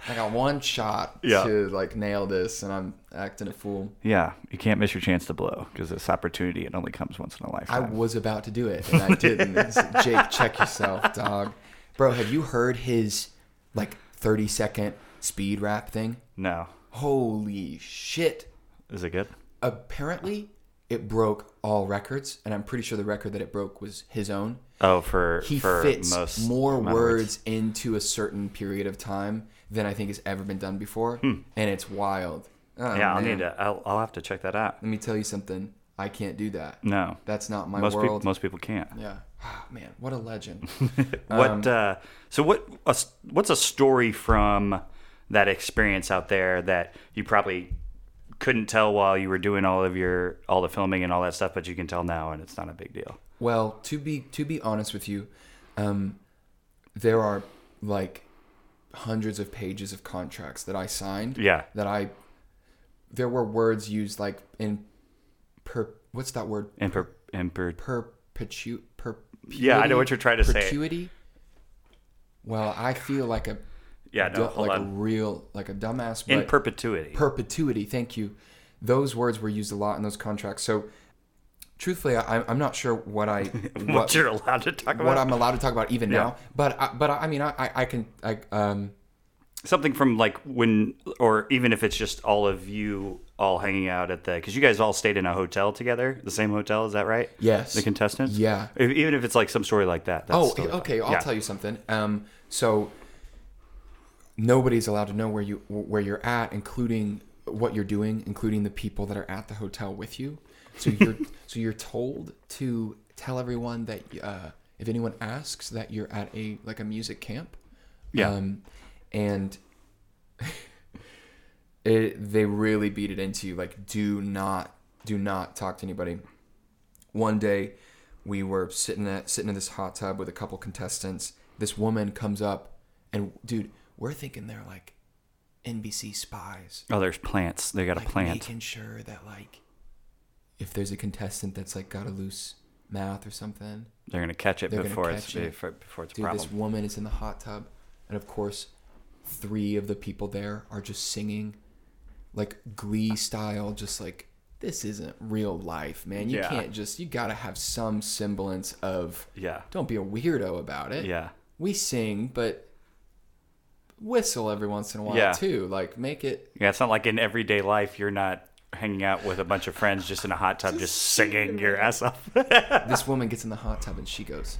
Speaker 2: I got one shot
Speaker 1: Yeah.
Speaker 2: to like nail this, and I'm acting a fool.
Speaker 1: Yeah, you can't miss your chance to blow because this opportunity it only comes once in a
Speaker 2: I
Speaker 1: lifetime.
Speaker 2: was about to do it, and I didn't. Jake, check yourself, dog. Bro, have you heard his like 30 second speed rap thing?
Speaker 1: no,
Speaker 2: Holy shit.
Speaker 1: is it good?
Speaker 2: Apparently, it broke all records, and I'm pretty sure the record that it broke was his own.
Speaker 1: Oh, for
Speaker 2: He
Speaker 1: for
Speaker 2: fits
Speaker 1: most
Speaker 2: more
Speaker 1: amount
Speaker 2: words,
Speaker 1: of
Speaker 2: into a certain period of time than I think has ever been done before, and it's wild. Oh,
Speaker 1: Hmm. Yeah, I'll
Speaker 2: man.
Speaker 1: need to. I'll, I'll have to check that out.
Speaker 2: Let me tell you something. I can't do that.
Speaker 1: No,
Speaker 2: That's not my
Speaker 1: most people
Speaker 2: world.
Speaker 1: most people can't.
Speaker 2: yeah. Oh, man, what a legend.
Speaker 1: What
Speaker 2: Um,
Speaker 1: uh, so what a s what's a story from that experience out there that you probably couldn't tell while you were doing all of your all the filming and all that stuff, but you can tell now and it's not a big deal.
Speaker 2: Well, to be to be honest with you, um, there are like hundreds of pages of contracts that I signed.
Speaker 1: Yeah.
Speaker 2: That I there were words used like in per what's that word
Speaker 1: And per, and per
Speaker 2: perpetu per
Speaker 1: Yeah, I know what you're trying to say.
Speaker 2: perpetuity. Well, I feel like a
Speaker 1: yeah, no,
Speaker 2: du-
Speaker 1: hold
Speaker 2: like a
Speaker 1: on.
Speaker 2: real like a dumbass.
Speaker 1: In
Speaker 2: but-
Speaker 1: perpetuity.
Speaker 2: perpetuity. Thank you. Those words were used a lot in those contracts. So, truthfully, I, I'm not sure what I
Speaker 1: what,
Speaker 2: what,
Speaker 1: you're allowed to talk
Speaker 2: what
Speaker 1: about?
Speaker 2: I'm allowed to talk about even now. But I, but I, I mean, I I, I can I, um
Speaker 1: Something from like when, or even if it's just all of you all hanging out at the, because you guys all stayed in a hotel together, the same hotel, is that right?
Speaker 2: yes.
Speaker 1: The contestants?
Speaker 2: Yeah.
Speaker 1: If- Even if it's like some story like that. That's
Speaker 2: oh,
Speaker 1: still-
Speaker 2: okay. I'll
Speaker 1: yeah.
Speaker 2: tell you something. Um, so nobody's allowed to know where you where you're at, including what you're doing, including the people that are at the hotel with you. So you're so you're told to tell everyone that uh, if anyone asks that you're at a like a music camp.
Speaker 1: Yeah.
Speaker 2: Um, and it, they really beat it into you. Like, do not, do not talk to anybody. One day, we were sitting at sitting in this hot tub with a couple contestants. This woman comes up, and dude, we're thinking they're like NBC spies,
Speaker 1: Oh, there's plants. They got a
Speaker 2: like
Speaker 1: plant.
Speaker 2: making sure that like if there's a contestant that's like got a loose mouth or something,
Speaker 1: They're gonna catch it
Speaker 2: They're gonna
Speaker 1: before it's
Speaker 2: catch it.
Speaker 1: Before, before it's a
Speaker 2: Dude,
Speaker 1: problem.
Speaker 2: this woman is in the hot tub, and of course, three of the people there are just singing, like Glee style, just like this isn't real life, man. You
Speaker 1: Yeah.
Speaker 2: can't just. You gotta have some semblance of.
Speaker 1: Yeah,
Speaker 2: Don't be a weirdo about it.
Speaker 1: yeah,
Speaker 2: We sing, but whistle every once in a while
Speaker 1: Yeah.
Speaker 2: too. Like make it.
Speaker 1: yeah. It's not like in everyday life you're not hanging out with a bunch of friends just in a hot tub just singing your ass off.
Speaker 2: This woman gets in the hot tub and she goes,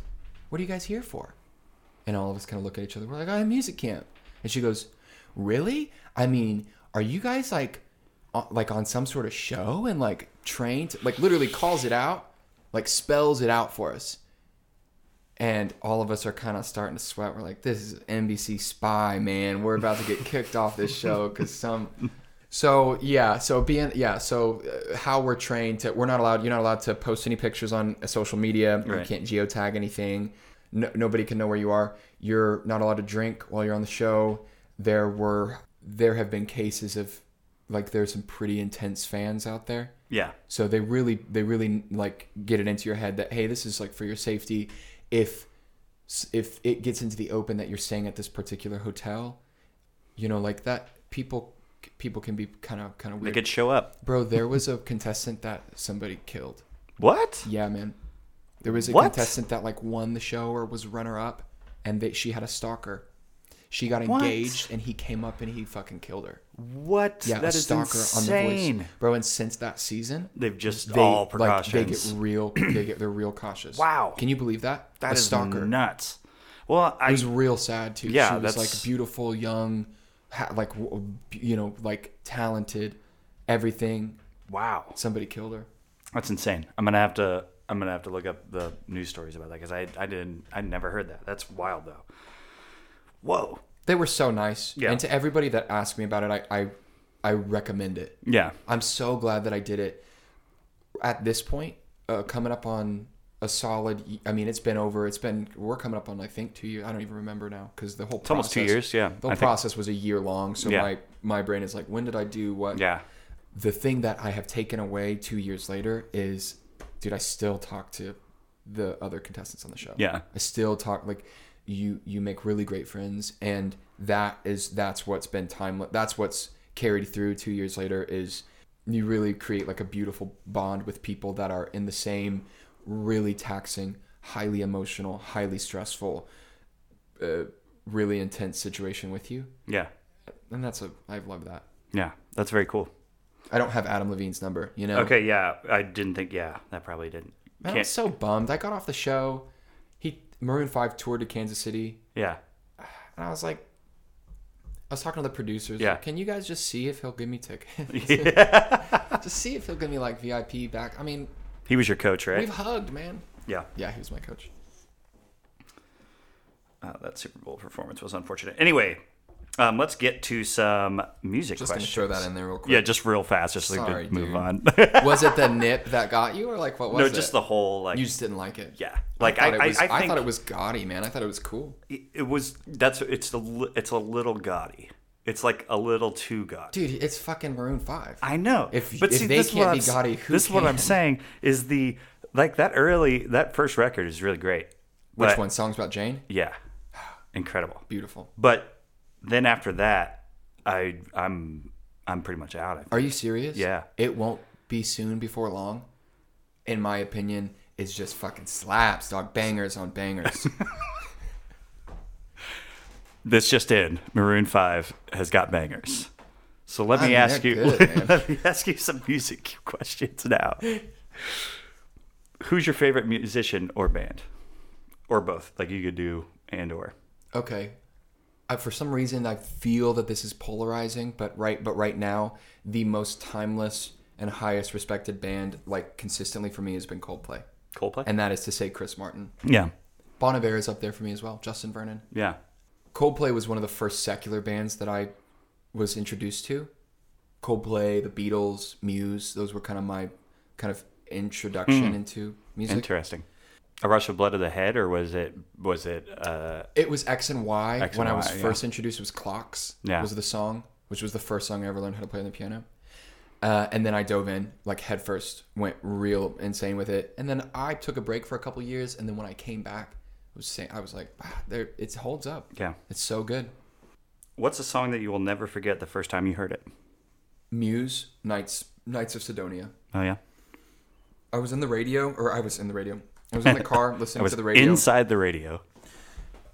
Speaker 2: "What are you guys here for?" And all of us kind of look at each other. We're like, "I'm music camp." And she goes, "Really? I mean, are you guys like, on, like on some sort of show and like trained? Like literally calls it out, like spells it out for us." and all of us are kind of starting to sweat. We're like, this is NBC spy, man. We're about to get kicked off this show because some. So yeah, so being yeah, so uh, how we're trained to we're not allowed. You're not allowed to post any pictures on uh, social media. You
Speaker 1: Right.
Speaker 2: can't geotag anything. No, nobody can know where you are. You're not allowed to drink while you're on the show. There were there have been cases of like there's some pretty intense fans out there.
Speaker 1: Yeah.
Speaker 2: So they really, they really like get it into your head that hey, this is like for your safety. If if it gets into the open that you're staying at this particular hotel, you know, like that people people can be kind of kind of
Speaker 1: They
Speaker 2: weird.
Speaker 1: could show up.
Speaker 2: Bro, there was a contestant that somebody killed.
Speaker 1: What?
Speaker 2: Yeah, man. There was a
Speaker 1: What?
Speaker 2: contestant that like won the show or was runner up, and they, she had a stalker. She got
Speaker 1: What?
Speaker 2: engaged, and he came up and he fucking killed her.
Speaker 1: What?
Speaker 2: Yeah,
Speaker 1: that
Speaker 2: a
Speaker 1: is
Speaker 2: stalker
Speaker 1: insane.
Speaker 2: on the voice, bro. And since that season,
Speaker 1: They've just
Speaker 2: they
Speaker 1: all
Speaker 2: like
Speaker 1: precautions.
Speaker 2: they get real they get they're real cautious.
Speaker 1: Wow.
Speaker 2: Can you believe that?
Speaker 1: That
Speaker 2: a
Speaker 1: is
Speaker 2: stalker.
Speaker 1: nuts. Well, I
Speaker 2: it was real sad too.
Speaker 1: Yeah,
Speaker 2: she was
Speaker 1: that's-
Speaker 2: like beautiful, young, ha- like w- you know, like talented, everything.
Speaker 1: wow,
Speaker 2: Somebody killed her.
Speaker 1: that's insane. I'm gonna have to I'm gonna have to look up the news stories about that because I I didn't I never heard that. That's wild though. Whoa.
Speaker 2: They were so nice.
Speaker 1: Yeah.
Speaker 2: And to everybody that asked me about it, I I, I recommend it.
Speaker 1: Yeah.
Speaker 2: I'm so glad that I did it. At this point, uh, coming up on a solid. y- I mean, it's been over. It's been we're coming up on I think two years. I don't even remember now because the whole
Speaker 1: It's almost two years. Yeah.
Speaker 2: The
Speaker 1: I
Speaker 2: whole
Speaker 1: think-
Speaker 2: process was a year long. So
Speaker 1: Yeah.
Speaker 2: my my brain is like, when did I do what?
Speaker 1: yeah.
Speaker 2: The thing that I have taken away two years later is, dude, I still talk to the other contestants on the show.
Speaker 1: Yeah.
Speaker 2: I still talk like you you make really great friends and that is that's what's been time that's what's carried through 2 years later is you really create like a beautiful bond with people that are in the same really taxing, highly emotional, highly stressful uh, really intense situation with you.
Speaker 1: Yeah.
Speaker 2: And that's a I love that.
Speaker 1: Yeah. That's very cool.
Speaker 2: I don't have Adam Levine's number, you know.
Speaker 1: Okay. Yeah. I didn't think. Yeah. That probably didn't.
Speaker 2: Man, I'm
Speaker 1: Can't-
Speaker 2: so bummed. I got off the show. He Maroon Five toured to Kansas City,
Speaker 1: yeah.
Speaker 2: and I was like, I was talking to the producers.
Speaker 1: Yeah.
Speaker 2: Like, Can you guys just see if he'll give me tickets? just see if he'll give me like VIP back. I mean,
Speaker 1: He was your coach, right?
Speaker 2: we've hugged, man.
Speaker 1: Yeah.
Speaker 2: Yeah, he was my coach.
Speaker 1: Uh, that Super Bowl performance was unfortunate. Anyway, um, let's get to some music
Speaker 2: Just
Speaker 1: questions.
Speaker 2: gonna throw that in there real quick.
Speaker 1: Yeah, just real fast, just like
Speaker 2: Sorry,
Speaker 1: to move
Speaker 2: dude.
Speaker 1: on.
Speaker 2: was it the nip that got you, or like what was
Speaker 1: no,
Speaker 2: it?
Speaker 1: just the whole like
Speaker 2: you just didn't like it.
Speaker 1: yeah, like I
Speaker 2: thought
Speaker 1: I,
Speaker 2: it was,
Speaker 1: I, think
Speaker 2: thought it was gaudy, man. I thought it was cool.
Speaker 1: it was that's it's a li- it's a little gaudy. It's like a little too gaudy.
Speaker 2: Dude, it's fucking Maroon Five.
Speaker 1: I know.
Speaker 2: If-
Speaker 1: but
Speaker 2: if
Speaker 1: see,
Speaker 2: they
Speaker 1: this is
Speaker 2: can't
Speaker 1: what
Speaker 2: be
Speaker 1: I'm,
Speaker 2: gaudy, who
Speaker 1: this is what I'm
Speaker 2: can?
Speaker 1: saying is the like that early that first record is really great.
Speaker 2: Which
Speaker 1: But-
Speaker 2: one? Songs about Jane.
Speaker 1: Yeah, incredible.
Speaker 2: Beautiful.
Speaker 1: But then after that, I I'm I'm pretty much out. I think.
Speaker 2: Are you serious?
Speaker 1: Yeah.
Speaker 2: It won't be soon before long. In my opinion, it's just fucking slaps, dog. Bangers on bangers.
Speaker 1: This just in: Maroon Five has got bangers. So let me
Speaker 2: mean,
Speaker 1: ask
Speaker 2: they're
Speaker 1: you.
Speaker 2: good, man.
Speaker 1: let me ask you some music questions now. Who's your favorite musician or band, or both? Like you could do and or.
Speaker 2: okay. I, for some reason, I feel that this is polarizing, but right, but right now, the most timeless and highest respected band, like consistently for me, has been Coldplay,
Speaker 1: Coldplay.
Speaker 2: and that is to say Chris Martin.
Speaker 1: yeah,
Speaker 2: Bon Iver is up there for me as well. Justin Vernon.
Speaker 1: yeah,
Speaker 2: Coldplay was one of the first secular bands that I was introduced to. Coldplay, the Beatles, Muse, those were kind of my kind of
Speaker 1: Hmm.
Speaker 2: introduction into music.
Speaker 1: interesting. A rush of blood to the head, or was it? Was it? Uh,
Speaker 2: it was X and Y
Speaker 1: X
Speaker 2: when
Speaker 1: and
Speaker 2: I was
Speaker 1: Y, yeah.
Speaker 2: first introduced. It was Clocks.
Speaker 1: Yeah.
Speaker 2: was the song, which was the first song I ever learned how to play on the piano. Uh, and then I dove in like headfirst, went real insane with it. And then I took a break for a couple years, and then when I came back, I was saying I was like, ah, there, it holds up.
Speaker 1: yeah.
Speaker 2: It's so good.
Speaker 1: What's a song that you will never forget the first time you heard it?
Speaker 2: Muse, Knights, Knights of Sidonia.
Speaker 1: Oh yeah,
Speaker 2: I was in the radio, or I was in the radio. I was in the car
Speaker 1: I
Speaker 2: listening
Speaker 1: was
Speaker 2: to the radio,
Speaker 1: inside the radio.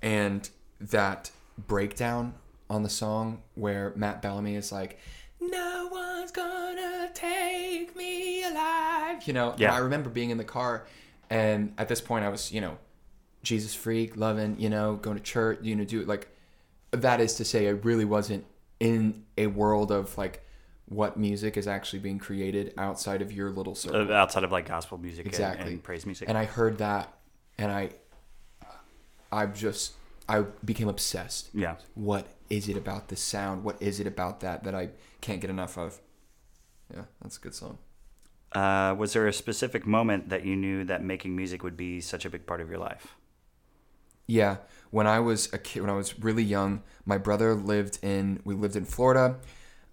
Speaker 2: and that breakdown on the song where Matt Bellamy is like, "No one's gonna take me alive," you know. and
Speaker 1: Yeah.
Speaker 2: I remember being in the car, and at this point, I was, you know, Jesus freak, loving, you know, going to church, you know, do like. That is to say, I really wasn't in a world of like what music is actually being created outside of your little circle.
Speaker 1: Uh, outside of like gospel music and-
Speaker 2: Exactly.
Speaker 1: and, praise music.
Speaker 2: and I heard that, and I, I just I became obsessed.
Speaker 1: Yeah.
Speaker 2: What is it about the sound? What is it about that that I can't get enough of? Yeah, that's a good song.
Speaker 1: Uh, was there a specific moment that you knew that making music would be such a big part of your life?
Speaker 2: Yeah, when I was a kid, when I was really young, my brother lived in we lived in Florida.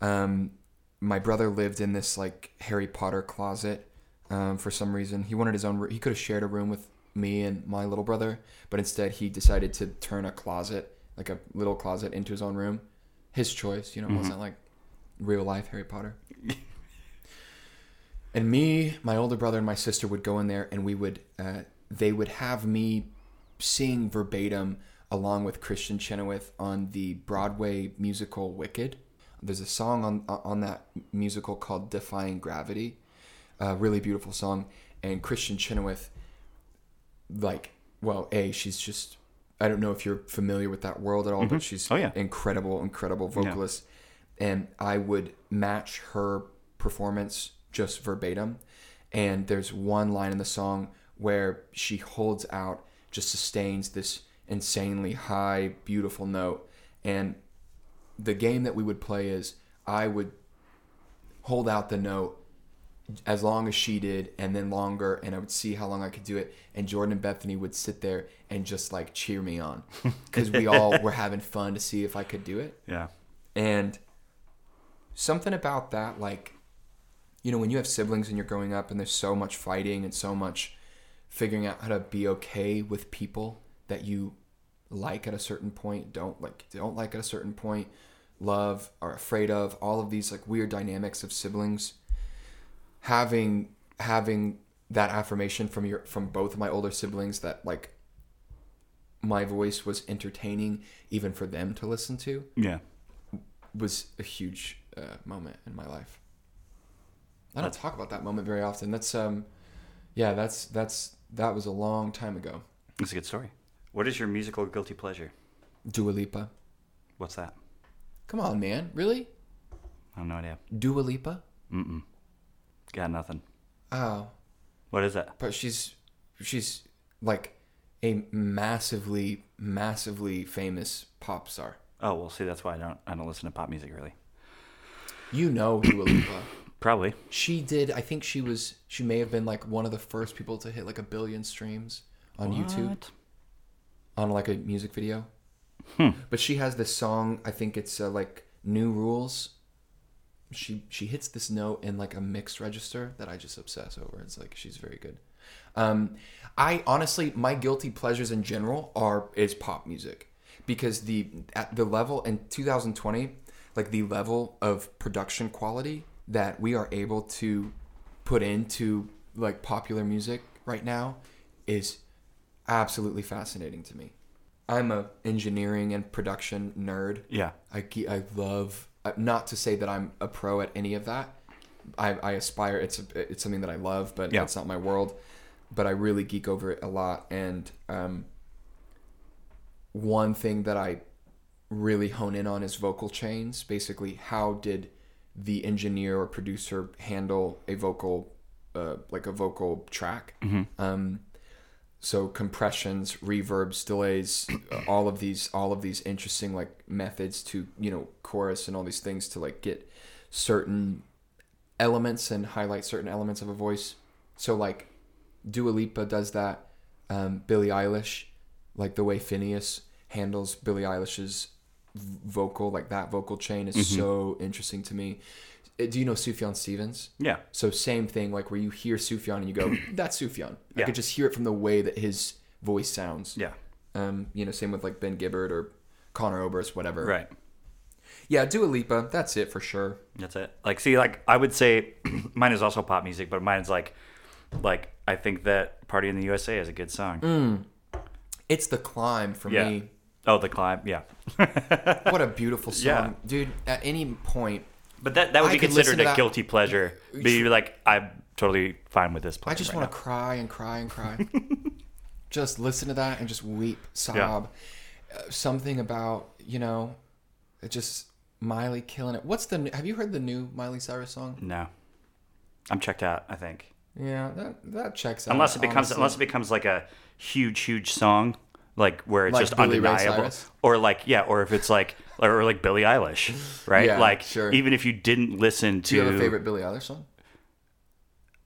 Speaker 2: Um, my brother lived in this like Harry Potter closet. Um, for some reason, he wanted his own. Room. He could have shared a room with me and my little brother, but instead he decided to turn a closet, like a little closet, into his own room. His choice, you know, it wasn't like real life Harry Potter. And me, my older brother, and my sister would go in there, and we would, uh, they would have me sing verbatim along with Christian Chenoweth on the Broadway musical Wicked. There's a song on on that musical called "Defying Gravity," a really beautiful song, and Christian Chenoweth, like, well, a she's just, I don't know if you're familiar with that world at all, but she's
Speaker 1: Oh, yeah.
Speaker 2: incredible, incredible vocalist. And I would match her performance just verbatim. And there's one line in the song where she holds out, just sustains this insanely high, beautiful note. And the game that we would play is I would hold out the note as long as she did and then longer and I would see how long I could do it and Jordan and Bethany would sit there and just like cheer me on cuz we all were having fun to see if I could do it
Speaker 1: Yeah.
Speaker 2: and something about that like you know when you have siblings and you're growing up and there's so much fighting and so much figuring out how to be okay with people that you like at a certain point don't like don't like at a certain point love are afraid of all of these like weird dynamics of siblings having having that affirmation from your from both of my older siblings that like my voice was entertaining even for them to listen to
Speaker 1: Yeah.
Speaker 2: was a huge uh, moment in my life. I don't talk about that moment very often. That's um, yeah, that's that's that was a long time ago.
Speaker 1: That's a good story. What is your musical guilty pleasure?
Speaker 2: Dua Lipa.
Speaker 1: What's that?
Speaker 2: Come on, man, really?
Speaker 1: I have no idea.
Speaker 2: Dua Lipa?
Speaker 1: Got nothing.
Speaker 2: Oh,
Speaker 1: What is that?
Speaker 2: but she's she's like a massively massively famous pop star.
Speaker 1: Oh, well, see, that's why I don't. I don't listen to pop music really.
Speaker 2: You know Dua Lipa.
Speaker 1: Probably.
Speaker 2: She did. I think she was. She may have been like one of the first people to hit like a billion streams on YouTube.
Speaker 1: What?
Speaker 2: on like a music video. But she has this song. I think it's uh, like New Rules. She she hits this note in like a mixed register that I just obsess over. It's like she's very good. Um, I honestly, my guilty pleasures in general are is pop music because the at the level in 2020, like the level of production quality that we are able to put into like popular music right now is absolutely fascinating to me. I'm a engineering and production nerd.
Speaker 1: Yeah.
Speaker 2: I ge- I love uh, not to say that I'm a pro at any of that. I, I aspire it's a, it's something that I love, but
Speaker 1: Yeah.
Speaker 2: it's not my world. But I really geek over it a lot, and um, one thing that I really hone in on is vocal chains. Basically, how did the engineer or producer handle a vocal, uh, like a vocal track?
Speaker 1: Mm-hmm.
Speaker 2: Um, so compressions reverbs delays uh, all of these all of these interesting like methods to you know chorus and all these things to like get certain elements and highlight certain elements of a voice so like Dua Lipa does that um, Billie Eilish like the way Phineas handles Billie Eilish's v- vocal like that vocal chain is so interesting to me Uh, do you know Sufjan Stevens
Speaker 1: Yeah.
Speaker 2: so same thing, like where you hear Sufjan and you go, "That's Sufjan." I
Speaker 1: Yeah.
Speaker 2: could just hear it from the way that his voice sounds.
Speaker 1: Yeah.
Speaker 2: Um, you know, same with like Ben Gibbard or Connor Oberst, whatever.
Speaker 1: Right.
Speaker 2: Yeah, Dua Lipa. That's it for sure.
Speaker 1: That's it. Like, see, like I would say, mine is also pop music, but mine's like, like I think that "Party in the USA" is a good song.
Speaker 2: It's the climb for
Speaker 1: yeah.
Speaker 2: me.
Speaker 1: Oh, the climb. Yeah.
Speaker 2: What a beautiful song,
Speaker 1: Yeah.
Speaker 2: dude. At any point,
Speaker 1: But that that would
Speaker 2: I
Speaker 1: be
Speaker 2: could listen
Speaker 1: considered
Speaker 2: to
Speaker 1: a
Speaker 2: that-
Speaker 1: guilty pleasure. Be like, I'm totally fine with this.
Speaker 2: I just want to cry and cry and cry. just listen to that and just weep, sob. Uh, something about you know, it just Miley killing it. What's the? new- Have you heard the new Miley Cyrus song?
Speaker 1: No. I'm checked out. I think.
Speaker 2: Yeah, that that checks out. Um,
Speaker 1: unless it becomes
Speaker 2: honestly.
Speaker 1: unless it becomes like a huge huge song like where it's
Speaker 2: Like
Speaker 1: just
Speaker 2: Billy Ray
Speaker 1: undeniable,
Speaker 2: Cyrus?
Speaker 1: or like yeah, or if it's like or like Billie Eilish, right?
Speaker 2: Yeah,
Speaker 1: like
Speaker 2: sure.
Speaker 1: even if you didn't listen to
Speaker 2: Do you have a favorite Billie Eilish song?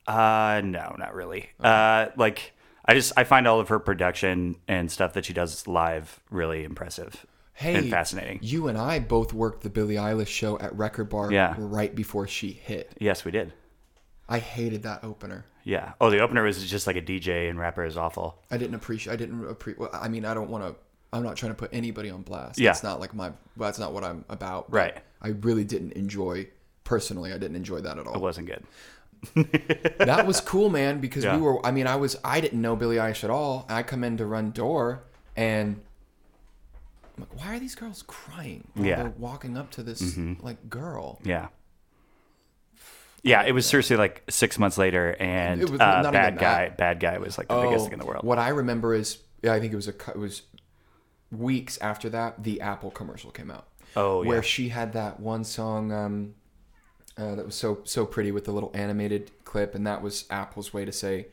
Speaker 1: Uh, no, not really. Uh, like I just I find all of her production and stuff that she does live really impressive
Speaker 2: Hey,
Speaker 1: and fascinating.
Speaker 2: You and I both worked the Billie Eilish show at Record Bar
Speaker 1: Yeah.
Speaker 2: right before she hit.
Speaker 1: Yes, we did.
Speaker 2: I hated that opener.
Speaker 1: Yeah. Oh, the opener was just like a DJ and rapper is awful.
Speaker 2: I didn't appreciate. I didn't appreciate. Well, I mean, I don't want to. I'm not trying to put anybody on blast.
Speaker 1: Yeah.
Speaker 2: It's not like my. That's not what I'm about. but
Speaker 1: Right.
Speaker 2: I really didn't enjoy. Personally, I didn't enjoy that at
Speaker 1: It
Speaker 2: all.
Speaker 1: wasn't good.
Speaker 2: that was cool, man, because
Speaker 1: Yeah.
Speaker 2: we were. I mean, I was. I didn't know Billie Eilish at all. I come in to run door, and I'm like, why are these girls crying? while
Speaker 1: Yeah. Mm-hmm.
Speaker 2: They're walking up to this like girl.
Speaker 1: Yeah. Yeah, it was seriously like six months later, and
Speaker 2: It was
Speaker 1: uh,
Speaker 2: not
Speaker 1: bad
Speaker 2: even
Speaker 1: guy,
Speaker 2: that.
Speaker 1: bad guy was like the biggest thing in the world.
Speaker 2: Oh, What I remember is, yeah, I think it was a cou- it was weeks after that the Apple commercial came out.
Speaker 1: Oh, yeah.
Speaker 2: where she had that one song um, uh, that was so so pretty with the little animated clip, and that was Apple's way to say,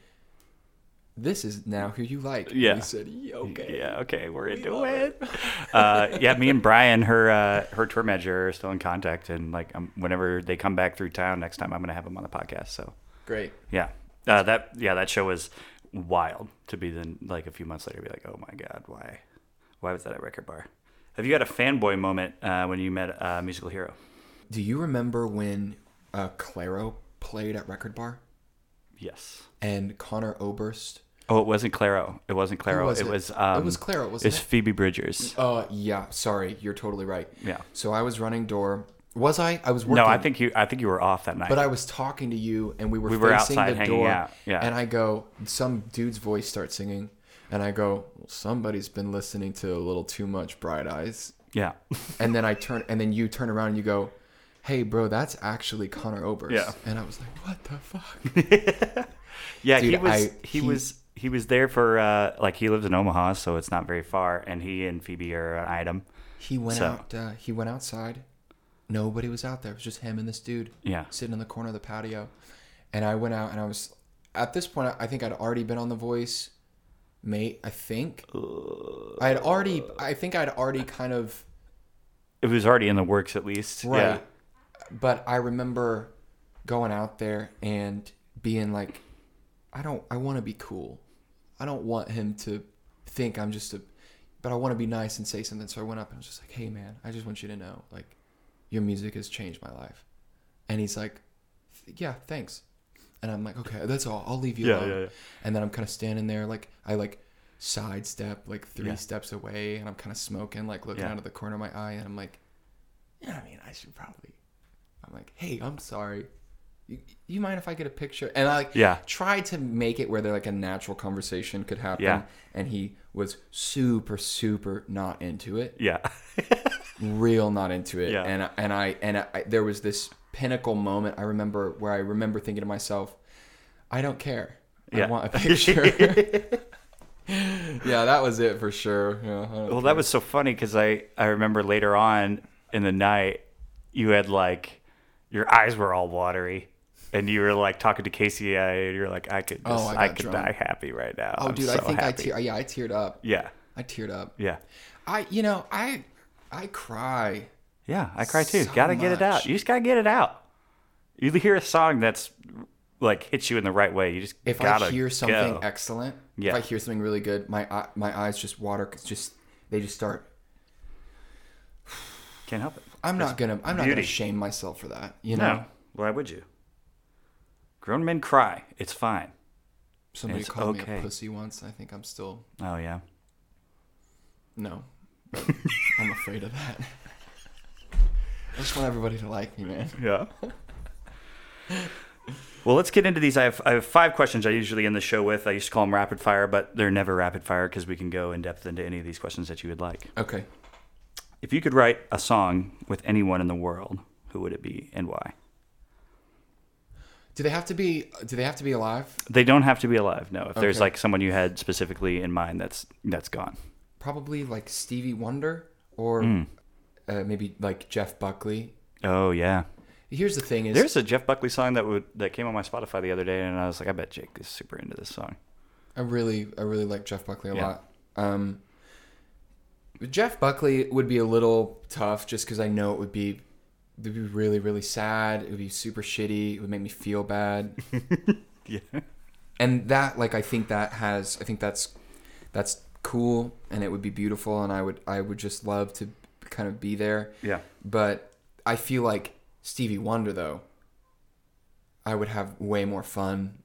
Speaker 2: "This is now who you like." And
Speaker 1: Yeah.
Speaker 2: we said, "Yeah, "Okay."
Speaker 1: Yeah, okay, we're into it. Uh, yeah, me and Brian, her uh, her tour manager, are still in contact, and like um, whenever they come back through town next time, I'm gonna have them on the podcast. So
Speaker 2: Great.
Speaker 1: yeah, uh, that yeah that show was wild to be then like a few months later, be like, oh my god, why why was that at Record Bar? Have you had a fanboy moment uh, when you met uh, musical hero?
Speaker 2: Do you remember when uh, Claro played at Record Bar
Speaker 1: Yes.
Speaker 2: and Connor Oberst?
Speaker 1: Oh, it wasn't Claro. It wasn't Claro.
Speaker 2: was
Speaker 1: it,
Speaker 2: it? Oh,
Speaker 1: was.
Speaker 2: It
Speaker 1: Um,
Speaker 2: was Claro, wasn't
Speaker 1: It's
Speaker 2: it?
Speaker 1: Phoebe Bridgers.
Speaker 2: Uh, yeah. Sorry, you're totally right.
Speaker 1: Yeah.
Speaker 2: So I was running door. Was I? I was working.
Speaker 1: No, I think you. I think you were off that night.
Speaker 2: But I was talking to you, and we were
Speaker 1: were
Speaker 2: facing
Speaker 1: outside
Speaker 2: the
Speaker 1: hanging
Speaker 2: door.
Speaker 1: out, yeah.
Speaker 2: And I go, some dude's voice starts singing, and I go, well, somebody's been listening to a little too much Bright Eyes.
Speaker 1: yeah.
Speaker 2: And then I turn, and then you turn around and you go, hey, bro, that's actually Connor Oberst.
Speaker 1: Yeah.
Speaker 2: And I was like, what the fuck?
Speaker 1: Yeah, he
Speaker 2: Dude,
Speaker 1: was
Speaker 2: I-
Speaker 1: he,
Speaker 2: he-
Speaker 1: was he was there for uh like he lives in Omaha, so it's not very far, and he and Phoebe are an item.
Speaker 2: He went
Speaker 1: So-
Speaker 2: out. Uh, he went outside. Nobody was out there. It was just him and this dude.
Speaker 1: Yeah.
Speaker 2: Sitting in the corner of the patio, and I went out and I was. At this point, I think I'd already been on The Voice, mate. I think I had already. I think I'd already kind of
Speaker 1: It was already in the works at least.
Speaker 2: right.
Speaker 1: Yeah.
Speaker 2: But I remember going out there and being like, I don't. I want to be cool. I don't want him to think I'm just a. But I want to be nice and say something. So I went up and I was just like, Hey, man, I just want you to know, like, your music has changed my life. And he's like, Yeah, thanks. And I'm like, Okay, that's all. I'll leave you
Speaker 1: Yeah,
Speaker 2: alone.
Speaker 1: yeah, yeah.
Speaker 2: And then I'm kind of standing there, like, I like sidestep like three steps away, and I'm kind of smoking, like looking
Speaker 1: Yeah.
Speaker 2: out of the corner of my eye, and I'm like, yeah, I mean, I should probably. I'm like, hey, I'm sorry. You, you mind if I get a picture? And I like,
Speaker 1: Yeah.
Speaker 2: tried to make it where there like a natural conversation could happen.
Speaker 1: Yeah.
Speaker 2: And he was super, super not into it.
Speaker 1: Yeah.
Speaker 2: Real not into it.
Speaker 1: Yeah.
Speaker 2: And I, and I and I, there was this pinnacle moment I remember where I remember thinking to myself, I don't care.
Speaker 1: Yeah.
Speaker 2: I want a picture. yeah, that was it for sure. Yeah, I don't
Speaker 1: well, that was so funny because I I remember later on in the night you had like your eyes were all watery. And you were like talking to Casey, uh, and you're like, I could, just,
Speaker 2: Oh, I
Speaker 1: I,
Speaker 2: got
Speaker 1: could
Speaker 2: drunk.
Speaker 1: die happy right now.
Speaker 2: Oh,
Speaker 1: I'm
Speaker 2: dude, I
Speaker 1: so
Speaker 2: think
Speaker 1: happy.
Speaker 2: I tear. Yeah, I teared up.
Speaker 1: Yeah,
Speaker 2: I teared up.
Speaker 1: yeah,
Speaker 2: I, you know, I, I cry.
Speaker 1: yeah. I cry too.
Speaker 2: So
Speaker 1: gotta get it out.
Speaker 2: much.
Speaker 1: You just gotta get it out. You hear a song that's like hits you in the right way. You just
Speaker 2: If
Speaker 1: gotta
Speaker 2: I hear something
Speaker 1: go.
Speaker 2: excellent,
Speaker 1: Yeah.
Speaker 2: if I hear something really good, my eye, my eyes just water. 'cause just they just start.
Speaker 1: Can't help it.
Speaker 2: I'm not gonna. I'm not
Speaker 1: beauty.
Speaker 2: gonna shame myself for that. You know,
Speaker 1: Why would you? Grown men cry. It's fine.
Speaker 2: somebody
Speaker 1: It's
Speaker 2: called me
Speaker 1: okay.
Speaker 2: a pussy once. I think I'm still
Speaker 1: Oh yeah.
Speaker 2: no. I'm afraid of that. I just want everybody to like me, man.
Speaker 1: Yeah. well, let's get into these. I have, I have five questions I usually end the show with. I used to call them rapid fire, but they're never rapid fire because we can go in depth into any of these questions that you would like.
Speaker 2: Okay.
Speaker 1: If you could write a song with anyone in the world, who would it be and why?
Speaker 2: Do they have to be? Do they have to be alive?
Speaker 1: They don't have to be alive. No, if there's
Speaker 2: Okay.
Speaker 1: like someone you had specifically in mind, that's that's gone.
Speaker 2: Probably like Stevie Wonder or
Speaker 1: Hmm.
Speaker 2: uh, maybe like Jeff Buckley.
Speaker 1: Oh yeah.
Speaker 2: Here's the thing: is
Speaker 1: There's a Jeff Buckley song that would that came on my Spotify the other day, and I was like, I bet Jake is super into this song.
Speaker 2: I really, I really like Jeff Buckley a
Speaker 1: Yeah.
Speaker 2: lot. Um, Jeff Buckley would be a little tough just because I know it would be, it would be really, really sad. It would be super shitty. It would make me feel bad.
Speaker 1: Yeah.
Speaker 2: and that, like, I think that has, I think that's, that's cool and it would be beautiful. And I would, I would just love to kind of be there.
Speaker 1: Yeah.
Speaker 2: But I feel like Stevie Wonder, though, I would have way more fun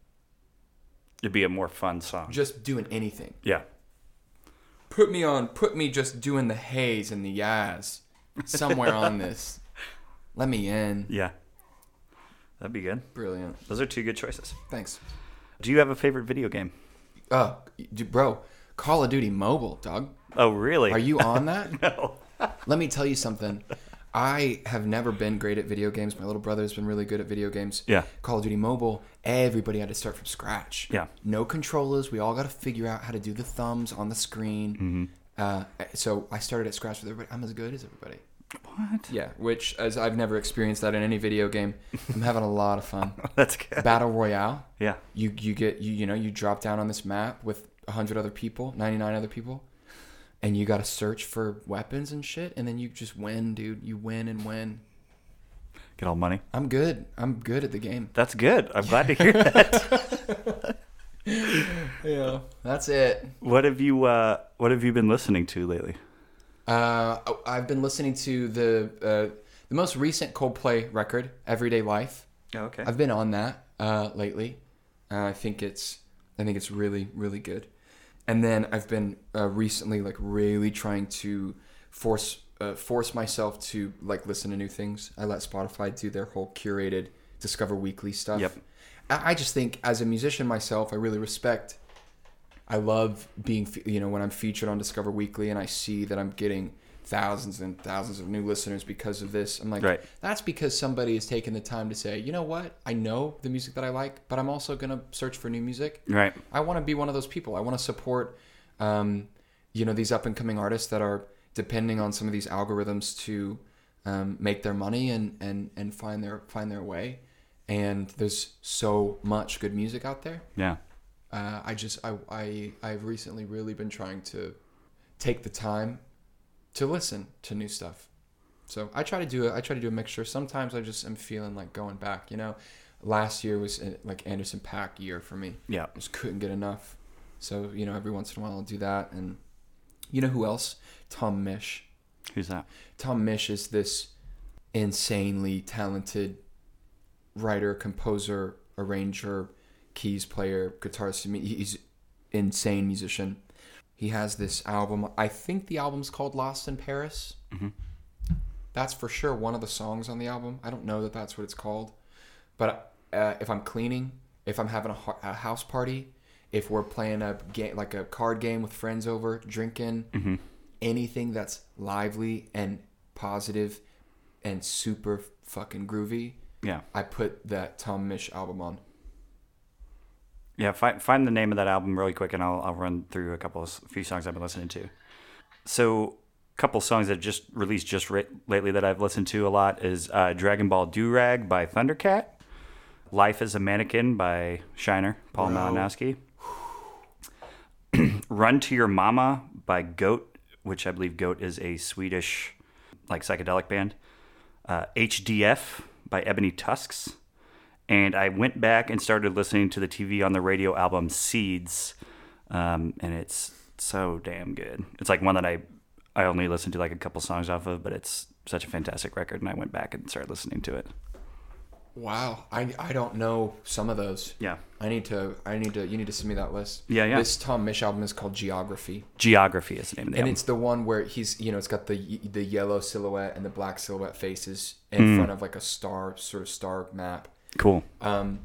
Speaker 1: It'd be a more fun song.
Speaker 2: just doing anything.
Speaker 1: Yeah.
Speaker 2: Put me on, put me just doing the haze and the yaz somewhere on this. Let me in.
Speaker 1: Yeah. That'd be good.
Speaker 2: Brilliant.
Speaker 1: Those are two good choices.
Speaker 2: Thanks.
Speaker 1: Do you have a favorite video game?
Speaker 2: Oh, d- bro, Call of Duty Mobile, dog.
Speaker 1: Oh, really?
Speaker 2: Are you on that?
Speaker 1: No.
Speaker 2: Let me tell you something. I have never been great at video games. My little brother's been really good at video games.
Speaker 1: Yeah.
Speaker 2: Call of Duty Mobile, everybody had to start from scratch.
Speaker 1: Yeah.
Speaker 2: No controllers. We all got to figure out how to do the thumbs on the screen. Uh, so I started at scratch with everybody. I'm as good as everybody.
Speaker 1: What?
Speaker 2: Yeah, which as I've never experienced that in any video game. I'm having a lot of fun.
Speaker 1: That's good.
Speaker 2: Battle Royale.
Speaker 1: Yeah.
Speaker 2: You you get you you know you drop down on this map with 100 other people, 99 other people, and you got to search for weapons and shit and then you just win, dude. You win and win.
Speaker 1: Get all money.
Speaker 2: I'm good. I'm good at the game.
Speaker 1: That's good. I'm glad to hear that.
Speaker 2: Yeah. That's it.
Speaker 1: What have you uh, What have you been listening to lately?
Speaker 2: Uh, oh, I've been listening to the uh, the most recent Coldplay record, Everyday Life.
Speaker 1: Oh, okay.
Speaker 2: I've been on that uh, lately. Uh, I think it's I think it's really really good. And then I've been uh, recently like really trying to force uh, force myself to like listen to new things. I let Spotify do their whole curated Discover Weekly stuff.
Speaker 1: Yep.
Speaker 2: I I just think as a musician myself, I really respect. I love being fe- you know when I'm featured on Discover Weekly and I see that I'm getting thousands and thousands of new listeners because of this. I'm like,
Speaker 1: Right.
Speaker 2: that's because somebody has taken the time to say, you know what, I know the music that I like, but I'm also gonna search for new music.
Speaker 1: Right.
Speaker 2: I want to be one of those people. I want to support, um, you know, these up and coming artists that are depending on some of these algorithms to um, make their money and and and find their find their way. And there's so much good music out there.
Speaker 1: Yeah.
Speaker 2: Uh, I just I, I I've recently really been trying to take the time to listen to new stuff. So I try to do a, I try to do a mixture. Sometimes I just am feeling like going back. You know, last year was uh, like Anderson Pack year for me.
Speaker 1: Yeah.
Speaker 2: I just couldn't get enough. So you know, every once in a while I'll do that. And you know who else? Tom Mish.
Speaker 1: Who's that?
Speaker 2: Tom Mish is this insanely talented writer, composer, arranger, keys player, guitarist. I mean, he's insane musician. He has this album. I think the album's called Lost in Paris. That's for sure one of the songs on the album. I don't know that that's what it's called, but uh, if I'm cleaning, if I'm having a, ho- a house party, if we're playing a game like a card game with friends over, drinking,
Speaker 1: Mm-hmm.
Speaker 2: anything that's lively and positive and super fucking groovy,
Speaker 1: Yeah.
Speaker 2: I put that Tom Mish album on.
Speaker 1: Yeah. Find Find the name of that album really quick, and I'll I'll run through a couple of s- few songs I've been listening to. So, a couple songs that just released just ri- lately that I've listened to a lot is uh, Dragon Ball Durag by Thundercat, Life as a Mannequin by Shiner Paul Malinowski, Run to Your Mama by Goat, which I believe Goat is a Swedish like psychedelic band, uh, HDF by Ebony Tusks. And I went back and started listening to the TV on the radio album Seeds, um, and it's so damn good. It's like one that I I only listened to like a couple songs off of, but it's such a fantastic record, and I went back and started listening to it.
Speaker 2: Wow, I, I don't know some of those.
Speaker 1: Yeah,
Speaker 2: I need to I need to you need to send me that list.
Speaker 1: Yeah, yeah.
Speaker 2: This Tom Mish album is called Geography.
Speaker 1: Geography is the name of the
Speaker 2: And
Speaker 1: album.
Speaker 2: it's the one where he's, you know, it's got the the yellow silhouette and the black silhouette faces in
Speaker 1: Hmm.
Speaker 2: front of like a star sort of star map.
Speaker 1: Cool,
Speaker 2: Um,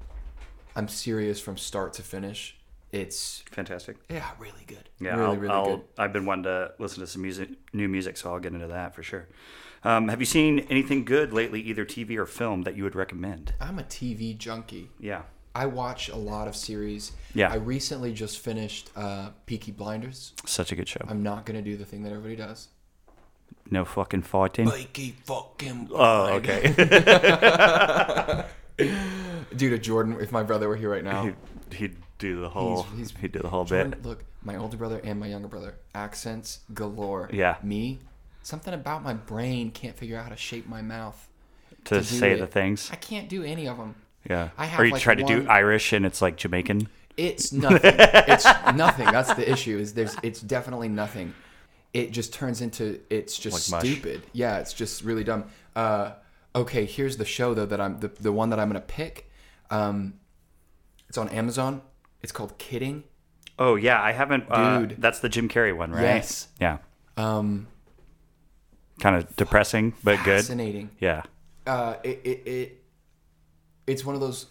Speaker 2: I'm serious from start to finish. It's
Speaker 1: fantastic.
Speaker 2: yeah, really good.
Speaker 1: Yeah,
Speaker 2: really,
Speaker 1: I'll,
Speaker 2: really
Speaker 1: I'll,
Speaker 2: good.
Speaker 1: I've been wanting to listen to some music, new music, so I'll get into that for sure. Um, have you seen anything good lately, either TV or film, that you would recommend?
Speaker 2: I'm a TV junkie.
Speaker 1: Yeah.
Speaker 2: I watch a lot of series.
Speaker 1: Yeah.
Speaker 2: I recently just finished uh, Peaky Blinders.
Speaker 1: Such a good show.
Speaker 2: I'm not gonna do the thing that everybody does.
Speaker 1: No fucking fighting.
Speaker 2: Peaky fucking.
Speaker 1: Oh, okay.
Speaker 2: dude, if Jordan, if my brother were here right now,
Speaker 1: He'd, he'd do the whole.
Speaker 2: He's- he's-
Speaker 1: he'd do the whole
Speaker 2: Jordan,
Speaker 1: bit.
Speaker 2: look, my older brother and my younger brother, accents galore.
Speaker 1: Yeah.
Speaker 2: Me, something about my brain can't figure out how to shape my mouth.
Speaker 1: to,
Speaker 2: do
Speaker 1: say
Speaker 2: it.
Speaker 1: the things.
Speaker 2: I can't do any of them.
Speaker 1: Yeah.
Speaker 2: I have,
Speaker 1: or you
Speaker 2: like,
Speaker 1: try to do
Speaker 2: one-
Speaker 1: Irish and it's like Jamaican.
Speaker 2: It's nothing. it's nothing. That's the issue. Is there's it's definitely nothing. It just turns into it's just
Speaker 1: Like mush.
Speaker 2: stupid. Yeah, it's just really dumb. Uh, okay, here's the show though that I'm the, the one that I'm gonna pick. Um, it's on Amazon. It's called Kidding.
Speaker 1: Oh yeah, I haven't. uh,
Speaker 2: Dude.
Speaker 1: that's the Jim Carrey one, right?
Speaker 2: Yes.
Speaker 1: Yeah.
Speaker 2: Um,
Speaker 1: Kind of depressing, but good.
Speaker 2: fascinating.
Speaker 1: Yeah.
Speaker 2: Uh, it, it, it it's one of those.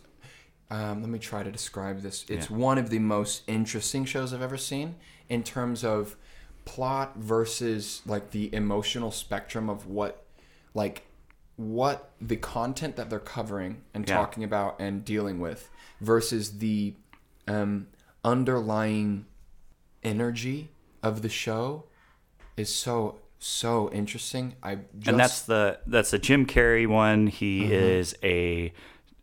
Speaker 2: Um, let me try to describe this. It's one of the most interesting shows I've ever seen in terms of plot versus like the emotional spectrum of what, like, what the content that they're covering and
Speaker 1: Yeah.
Speaker 2: talking about and dealing with versus the um, underlying energy of the show is so so interesting. I just
Speaker 1: and that's the that's the Jim Carrey one. He is a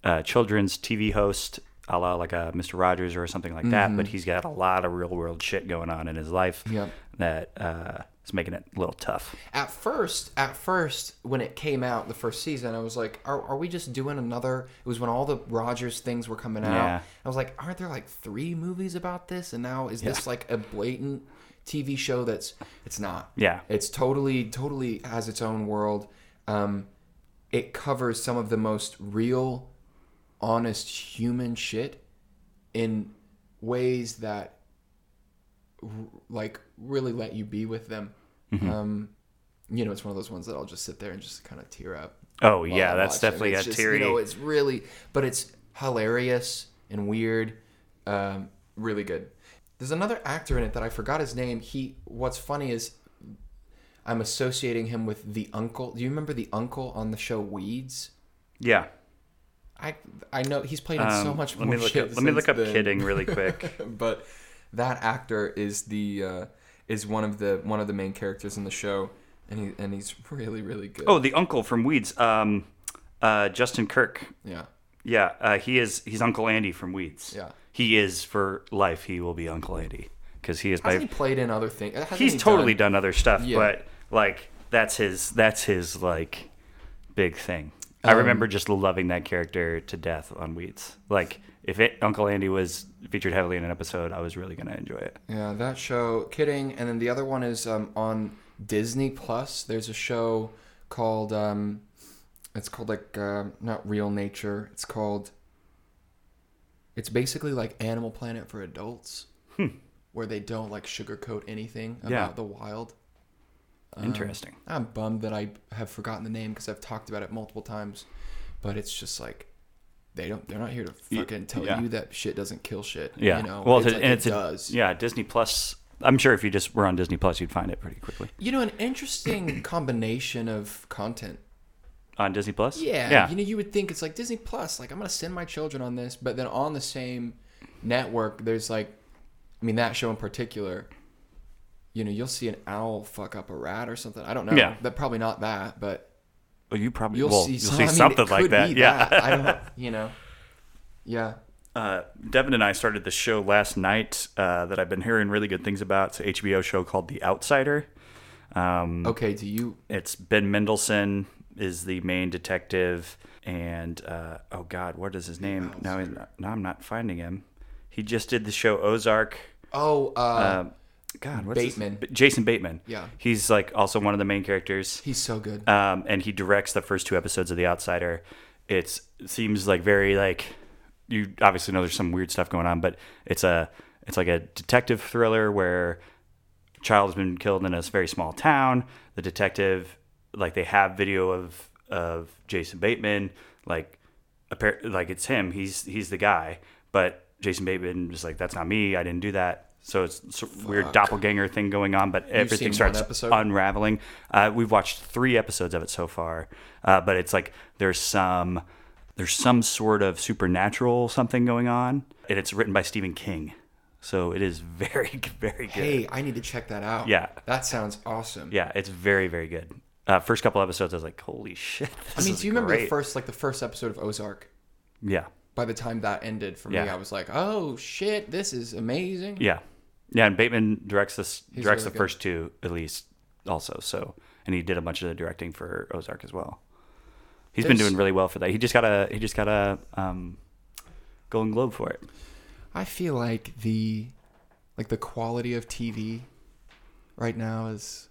Speaker 1: uh, children's TV host, a la like a Mr. Rogers or something like that. But he's got a lot of real world shit going on in his life
Speaker 2: Yep.
Speaker 1: that uh, is making it a little tough.
Speaker 2: at first at first when it came out the first season i was like are, are we just doing another it was when all the rogers things were coming out
Speaker 1: Yeah.
Speaker 2: i was like aren't there like three movies about this and now is this like a blatant tv show that's it's not
Speaker 1: Yeah.
Speaker 2: it's totally totally has its own world um it covers some of the most real honest human shit in ways that r- like really let you be with them um you know it's one of those ones that i'll just sit there and just kind of tear up
Speaker 1: Oh
Speaker 2: while
Speaker 1: yeah,
Speaker 2: I
Speaker 1: that's
Speaker 2: watch it.
Speaker 1: definitely
Speaker 2: It's
Speaker 1: a
Speaker 2: just,
Speaker 1: teary.
Speaker 2: you know it's really but it's hilarious and weird um really good there's another actor in it that i forgot his name he what's funny is i'm associating him with the uncle do you remember the uncle on the show weeds
Speaker 1: yeah.
Speaker 2: I I know he's played in so
Speaker 1: Um,
Speaker 2: much
Speaker 1: let
Speaker 2: more
Speaker 1: me look
Speaker 2: shit.
Speaker 1: up, let me
Speaker 2: since
Speaker 1: look up
Speaker 2: then.
Speaker 1: kidding really quick.
Speaker 2: but that actor is the uh, is one of the one of the main characters in the show, and he and he's really really good.
Speaker 1: Oh, the uncle from Weeds, um, uh, Justin Kirk.
Speaker 2: yeah,
Speaker 1: Yeah, uh, he is. He's Uncle Andy from Weeds.
Speaker 2: Yeah.
Speaker 1: he is for life. He will be Uncle Andy because he is
Speaker 2: has
Speaker 1: my.
Speaker 2: he played in other things? Hasn't
Speaker 1: he's
Speaker 2: he
Speaker 1: totally
Speaker 2: done-
Speaker 1: done, other stuff,
Speaker 2: Yeah.
Speaker 1: but like that's his. That's his like big thing. I
Speaker 2: Um,
Speaker 1: remember just loving that character to death on Weeds. Like if it, Uncle Andy was featured heavily in an episode, I was really gonna enjoy it.
Speaker 2: Yeah, that show. Kidding. And then the other one is um, on Disney Plus. There's a show called um, it's called like um not Real Nature. It's called. It's basically like Animal Planet for adults, where they don't like sugarcoat anything about
Speaker 1: Hmm. Yeah.
Speaker 2: the wild. Um,
Speaker 1: Interesting.
Speaker 2: I'm bummed that I have forgotten the name because I've talked about it multiple times, but it's just like they don't. They're not here to
Speaker 1: Y-
Speaker 2: fucking tell
Speaker 1: yeah.
Speaker 2: you that shit doesn't kill shit.
Speaker 1: Yeah.
Speaker 2: You know.
Speaker 1: well,
Speaker 2: it's
Speaker 1: it's-
Speaker 2: like
Speaker 1: and
Speaker 2: it
Speaker 1: it's a-
Speaker 2: does.
Speaker 1: Yeah, Disney Plus. I'm sure if you just were on Disney Plus, you'd find it pretty quickly
Speaker 2: You know, an interesting combination of content.
Speaker 1: on Disney Plus.
Speaker 2: Yeah,
Speaker 1: Yeah.
Speaker 2: You know, you would think it's like Disney Plus, like I'm gonna send my children on this, but then on the same network, there's like, I mean, that show in particular. You know, you'll see an owl fuck up a rat or something. I don't know.
Speaker 1: Yeah.
Speaker 2: That probably not that, but
Speaker 1: Well, you probably
Speaker 2: you'll
Speaker 1: will.
Speaker 2: see,
Speaker 1: you'll
Speaker 2: some,
Speaker 1: see
Speaker 2: I mean, it
Speaker 1: something like
Speaker 2: could
Speaker 1: that.
Speaker 2: be
Speaker 1: Yeah.
Speaker 2: that. I don't. You know. Yeah.
Speaker 1: Uh, Devin and I started this show last night uh, that I've been hearing really good things about. It's an HBO show called The Outsider. Um,
Speaker 2: Okay. Do you?
Speaker 1: It's Ben Mendelsohn is the main detective, and uh, oh god, what is his name? Now, he's not, now I'm not finding him. He just did the show Ozark.
Speaker 2: Oh, uh,
Speaker 1: Um, god, what's his-
Speaker 2: Bateman.
Speaker 1: B- Jason Bateman.
Speaker 2: Yeah.
Speaker 1: he's like also one of the main characters
Speaker 2: he's so good.
Speaker 1: um, and he directs the first two episodes of The Outsider. It's, it seems like very like you obviously know there's some weird stuff going on, but it's a it's like a detective thriller where a child has been killed in a very small town. The detective like they have video of of Jason Bateman like appar- like it's him. He's he's the guy, but Jason Bateman is like that's not me. I didn't do that. So it's a weird doppelganger thing going on, but everything
Speaker 2: seen
Speaker 1: starts
Speaker 2: one episode?
Speaker 1: unraveling. Uh, we've watched three episodes of it so far, uh, but it's like there's some there's some sort of supernatural something going on, and it's written by Stephen King, so it is very very good.
Speaker 2: hey, I need to check that out.
Speaker 1: Yeah.
Speaker 2: That sounds awesome.
Speaker 1: Yeah, it's very very good. Uh, first couple episodes, I was like, holy shit!
Speaker 2: I
Speaker 1: this
Speaker 2: mean,
Speaker 1: is
Speaker 2: do you remember the
Speaker 1: great.
Speaker 2: first, like the first episode of Ozark?
Speaker 1: Yeah,
Speaker 2: by the time that ended for me,
Speaker 1: Yeah.
Speaker 2: I was like, oh shit, this is amazing.
Speaker 1: Yeah, yeah. And Bateman directs this directs
Speaker 2: really
Speaker 1: the
Speaker 2: good.
Speaker 1: first two at least, also. So and he did a bunch of the directing for Ozark as well. He's been
Speaker 2: There's-
Speaker 1: doing really well for that. He just got a he just got a um, Golden Globe for it.
Speaker 2: I feel like the like the quality of TV right now is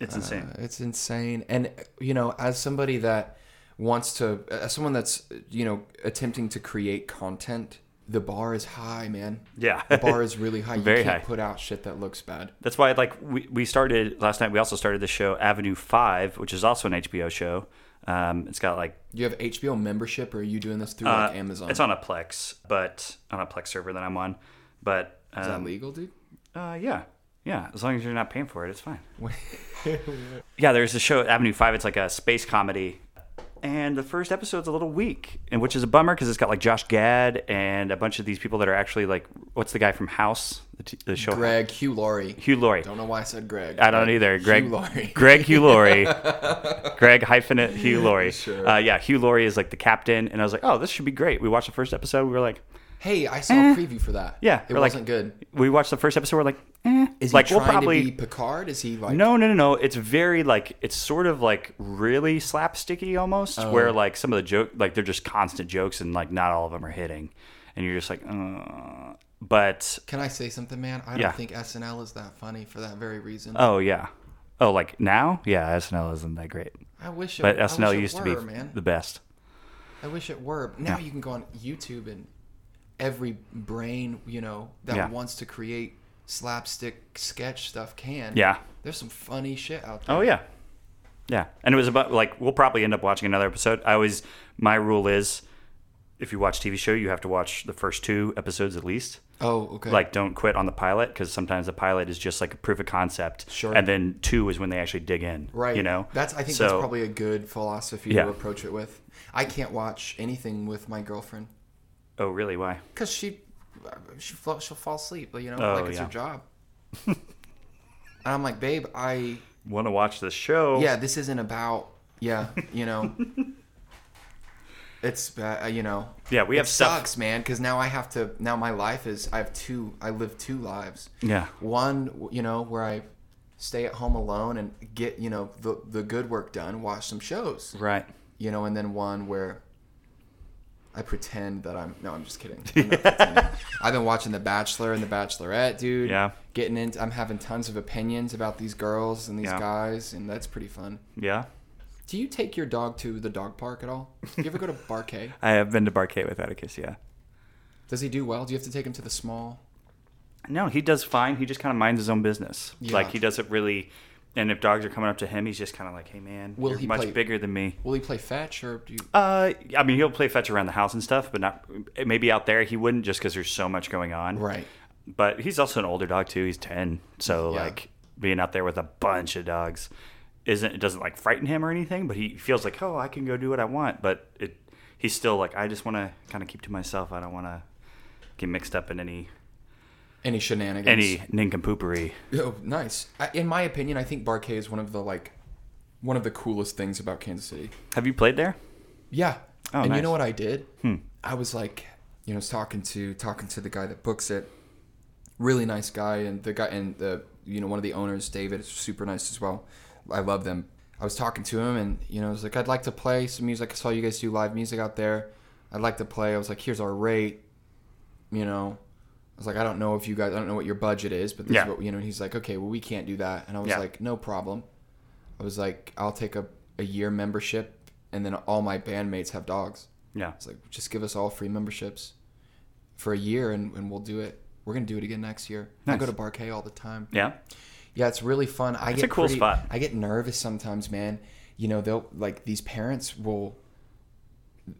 Speaker 1: It's insane.
Speaker 2: Uh, it's insane. And you know, as somebody that wants to, as someone that's you know attempting to create content, the bar is high, man.
Speaker 1: Yeah.
Speaker 2: the bar is really high.
Speaker 1: Very
Speaker 2: you can't
Speaker 1: high.
Speaker 2: put out shit that looks bad.
Speaker 1: That's why, like, we, we started last night. We also started the show Avenue Five, which is also an HBO show. Um, it's got like
Speaker 2: Do you have HBO membership, or are you doing this through
Speaker 1: uh,
Speaker 2: like Amazon?
Speaker 1: It's on a Plex, but on a Plex server that I'm on. But
Speaker 2: is that
Speaker 1: um,
Speaker 2: legal, dude?
Speaker 1: uh, yeah, yeah. As long as you're not paying for it, it's fine. yeah, there's a show Avenue Five. It's like a space comedy, and the first episode's a little weak, and which is a bummer because it's got like Josh Gad and a bunch of these people that are actually like, what's the guy from House? The, t- the show
Speaker 2: Greg Hugh Laurie.
Speaker 1: Hugh Laurie.
Speaker 2: Don't know why I said Greg.
Speaker 1: I don't either. Greg
Speaker 2: Hugh Laurie.
Speaker 1: Greg Hugh Laurie. Greg hyphenate Hugh Laurie. Uh, yeah, Hugh Laurie is like the captain, and I was like, oh, this should be great. We watched the first episode. We were like,
Speaker 2: Hey, I saw a preview for that.
Speaker 1: Eh. yeah,
Speaker 2: it
Speaker 1: we're like-
Speaker 2: wasn't good.
Speaker 1: We watched the first episode. We're like, eh.
Speaker 2: Is he
Speaker 1: like
Speaker 2: trying to be Picard? Is he like?
Speaker 1: no, no, no, no. It's very like it's sort of like really slapsticky almost,
Speaker 2: Oh.
Speaker 1: where like some of the joke like they're just constant jokes and like not all of them are hitting, and you're just like, uh. but
Speaker 2: Can I say something, man? I don't
Speaker 1: Yeah.
Speaker 2: think SNL is that funny for that very reason.
Speaker 1: oh yeah, oh like now yeah, SNL isn't that great,
Speaker 2: I wish it.
Speaker 1: but
Speaker 2: I wish
Speaker 1: SNL
Speaker 2: it
Speaker 1: used
Speaker 2: were,
Speaker 1: to be
Speaker 2: man.
Speaker 1: the best.
Speaker 2: I wish it were. Now you can go on YouTube and every brain, you know, that
Speaker 1: Yeah.
Speaker 2: wants to create slapstick sketch stuff can.
Speaker 1: Yeah.
Speaker 2: There's some funny shit out there.
Speaker 1: Oh yeah, yeah. And it was about like we'll probably end up watching another episode. I always my rule is, if you watch TV show, you have to watch the first two episodes at least.
Speaker 2: Oh, okay.
Speaker 1: Like don't quit on the pilot because sometimes the pilot is just like a proof of concept.
Speaker 2: Sure.
Speaker 1: And then two is when they actually dig in.
Speaker 2: right.
Speaker 1: You know.
Speaker 2: That's I think that's
Speaker 1: So-
Speaker 2: probably a good philosophy
Speaker 1: Yeah.
Speaker 2: to approach it with. I can't watch anything with my girlfriend
Speaker 1: Oh really? Why?
Speaker 2: cuz she she fall, she'll fall asleep, you know,
Speaker 1: Oh,
Speaker 2: like it's
Speaker 1: yeah.
Speaker 2: her job. and I'm like, "Babe, I
Speaker 1: Want to watch the show?
Speaker 2: yeah, this isn't about yeah, you know. it's uh, you know.
Speaker 1: Yeah, we
Speaker 2: it
Speaker 1: have stuff-
Speaker 2: sucks, man, because now I have to. Now my life is I have two. I live two lives.
Speaker 1: Yeah.
Speaker 2: One, you know, where I stay at home alone and get you know the the good work done, watch some shows,
Speaker 1: Right.
Speaker 2: you know, and then one where. I pretend that I'm no, I'm just kidding. I'm not pretending. I've been watching The Bachelor and The Bachelorette, dude.
Speaker 1: Yeah.
Speaker 2: Getting into I'm having tons of opinions about these girls and these
Speaker 1: Yeah.
Speaker 2: guys and that's pretty fun.
Speaker 1: Yeah.
Speaker 2: Do you take your dog to the dog park at all? Do you ever go to Barkay?
Speaker 1: I have been to Barquet with Atticus. Yeah.
Speaker 2: Does he do well? Do you have to take him to the small?
Speaker 1: No, he does fine. He just kind of minds his own business.
Speaker 2: Yeah.
Speaker 1: Like he doesn't really. And if dogs are coming up to him, he's just kind of like, "Hey, man,
Speaker 2: Will
Speaker 1: you're
Speaker 2: he
Speaker 1: much
Speaker 2: play-
Speaker 1: bigger than me."
Speaker 2: Will he play fetch or do you?
Speaker 1: Uh, I mean, he'll play fetch around the house and stuff, but not maybe out there he wouldn't just because there's so much going on.
Speaker 2: Right.
Speaker 1: But he's also an older dog too. He's ten, so
Speaker 2: Yeah.
Speaker 1: like being out there with a bunch of dogs isn't it doesn't like frighten him or anything. But he feels like, oh, I can go do what I want. But it he's still like, I just want to kind of keep to myself. I don't want to get mixed up in any
Speaker 2: Any shenanigans?
Speaker 1: any nincompoopery.
Speaker 2: Oh, nice. I, in my opinion, I think Barkay is one of the like, one of the coolest things about Kansas City.
Speaker 1: Have you played there?
Speaker 2: Yeah.
Speaker 1: Oh, nice.
Speaker 2: and
Speaker 1: Hmm.
Speaker 2: you know what I did? I was like, you know, I was talking to talking to the guy that books it. Really nice guy, and the guy and the you know one of the owners, David, is super nice as well. I love them. I was talking to him, and you know, I was like, I'd like to play some music. I saw you guys do live music out there. I'd like to play. I was like, here's our rate. You know, I was like, I don't know if you guys, I don't know what your budget is, but this
Speaker 1: Yeah.
Speaker 2: is what you know. And he's like, okay, well, we can't do that. And I was
Speaker 1: Yeah.
Speaker 2: like, no problem. I was like, I'll take a, a year membership, and then all my bandmates have dogs.
Speaker 1: Yeah.
Speaker 2: It's like, just give us all free memberships for a year, and, and we'll do it. We're gonna do it again next year. I go to
Speaker 1: Nice.
Speaker 2: Barkay all the time.
Speaker 1: Yeah.
Speaker 2: Yeah, it's really fun. I
Speaker 1: It's
Speaker 2: get
Speaker 1: a cool
Speaker 2: pretty-
Speaker 1: spot.
Speaker 2: I get nervous sometimes, man. You know, they'll like these parents will.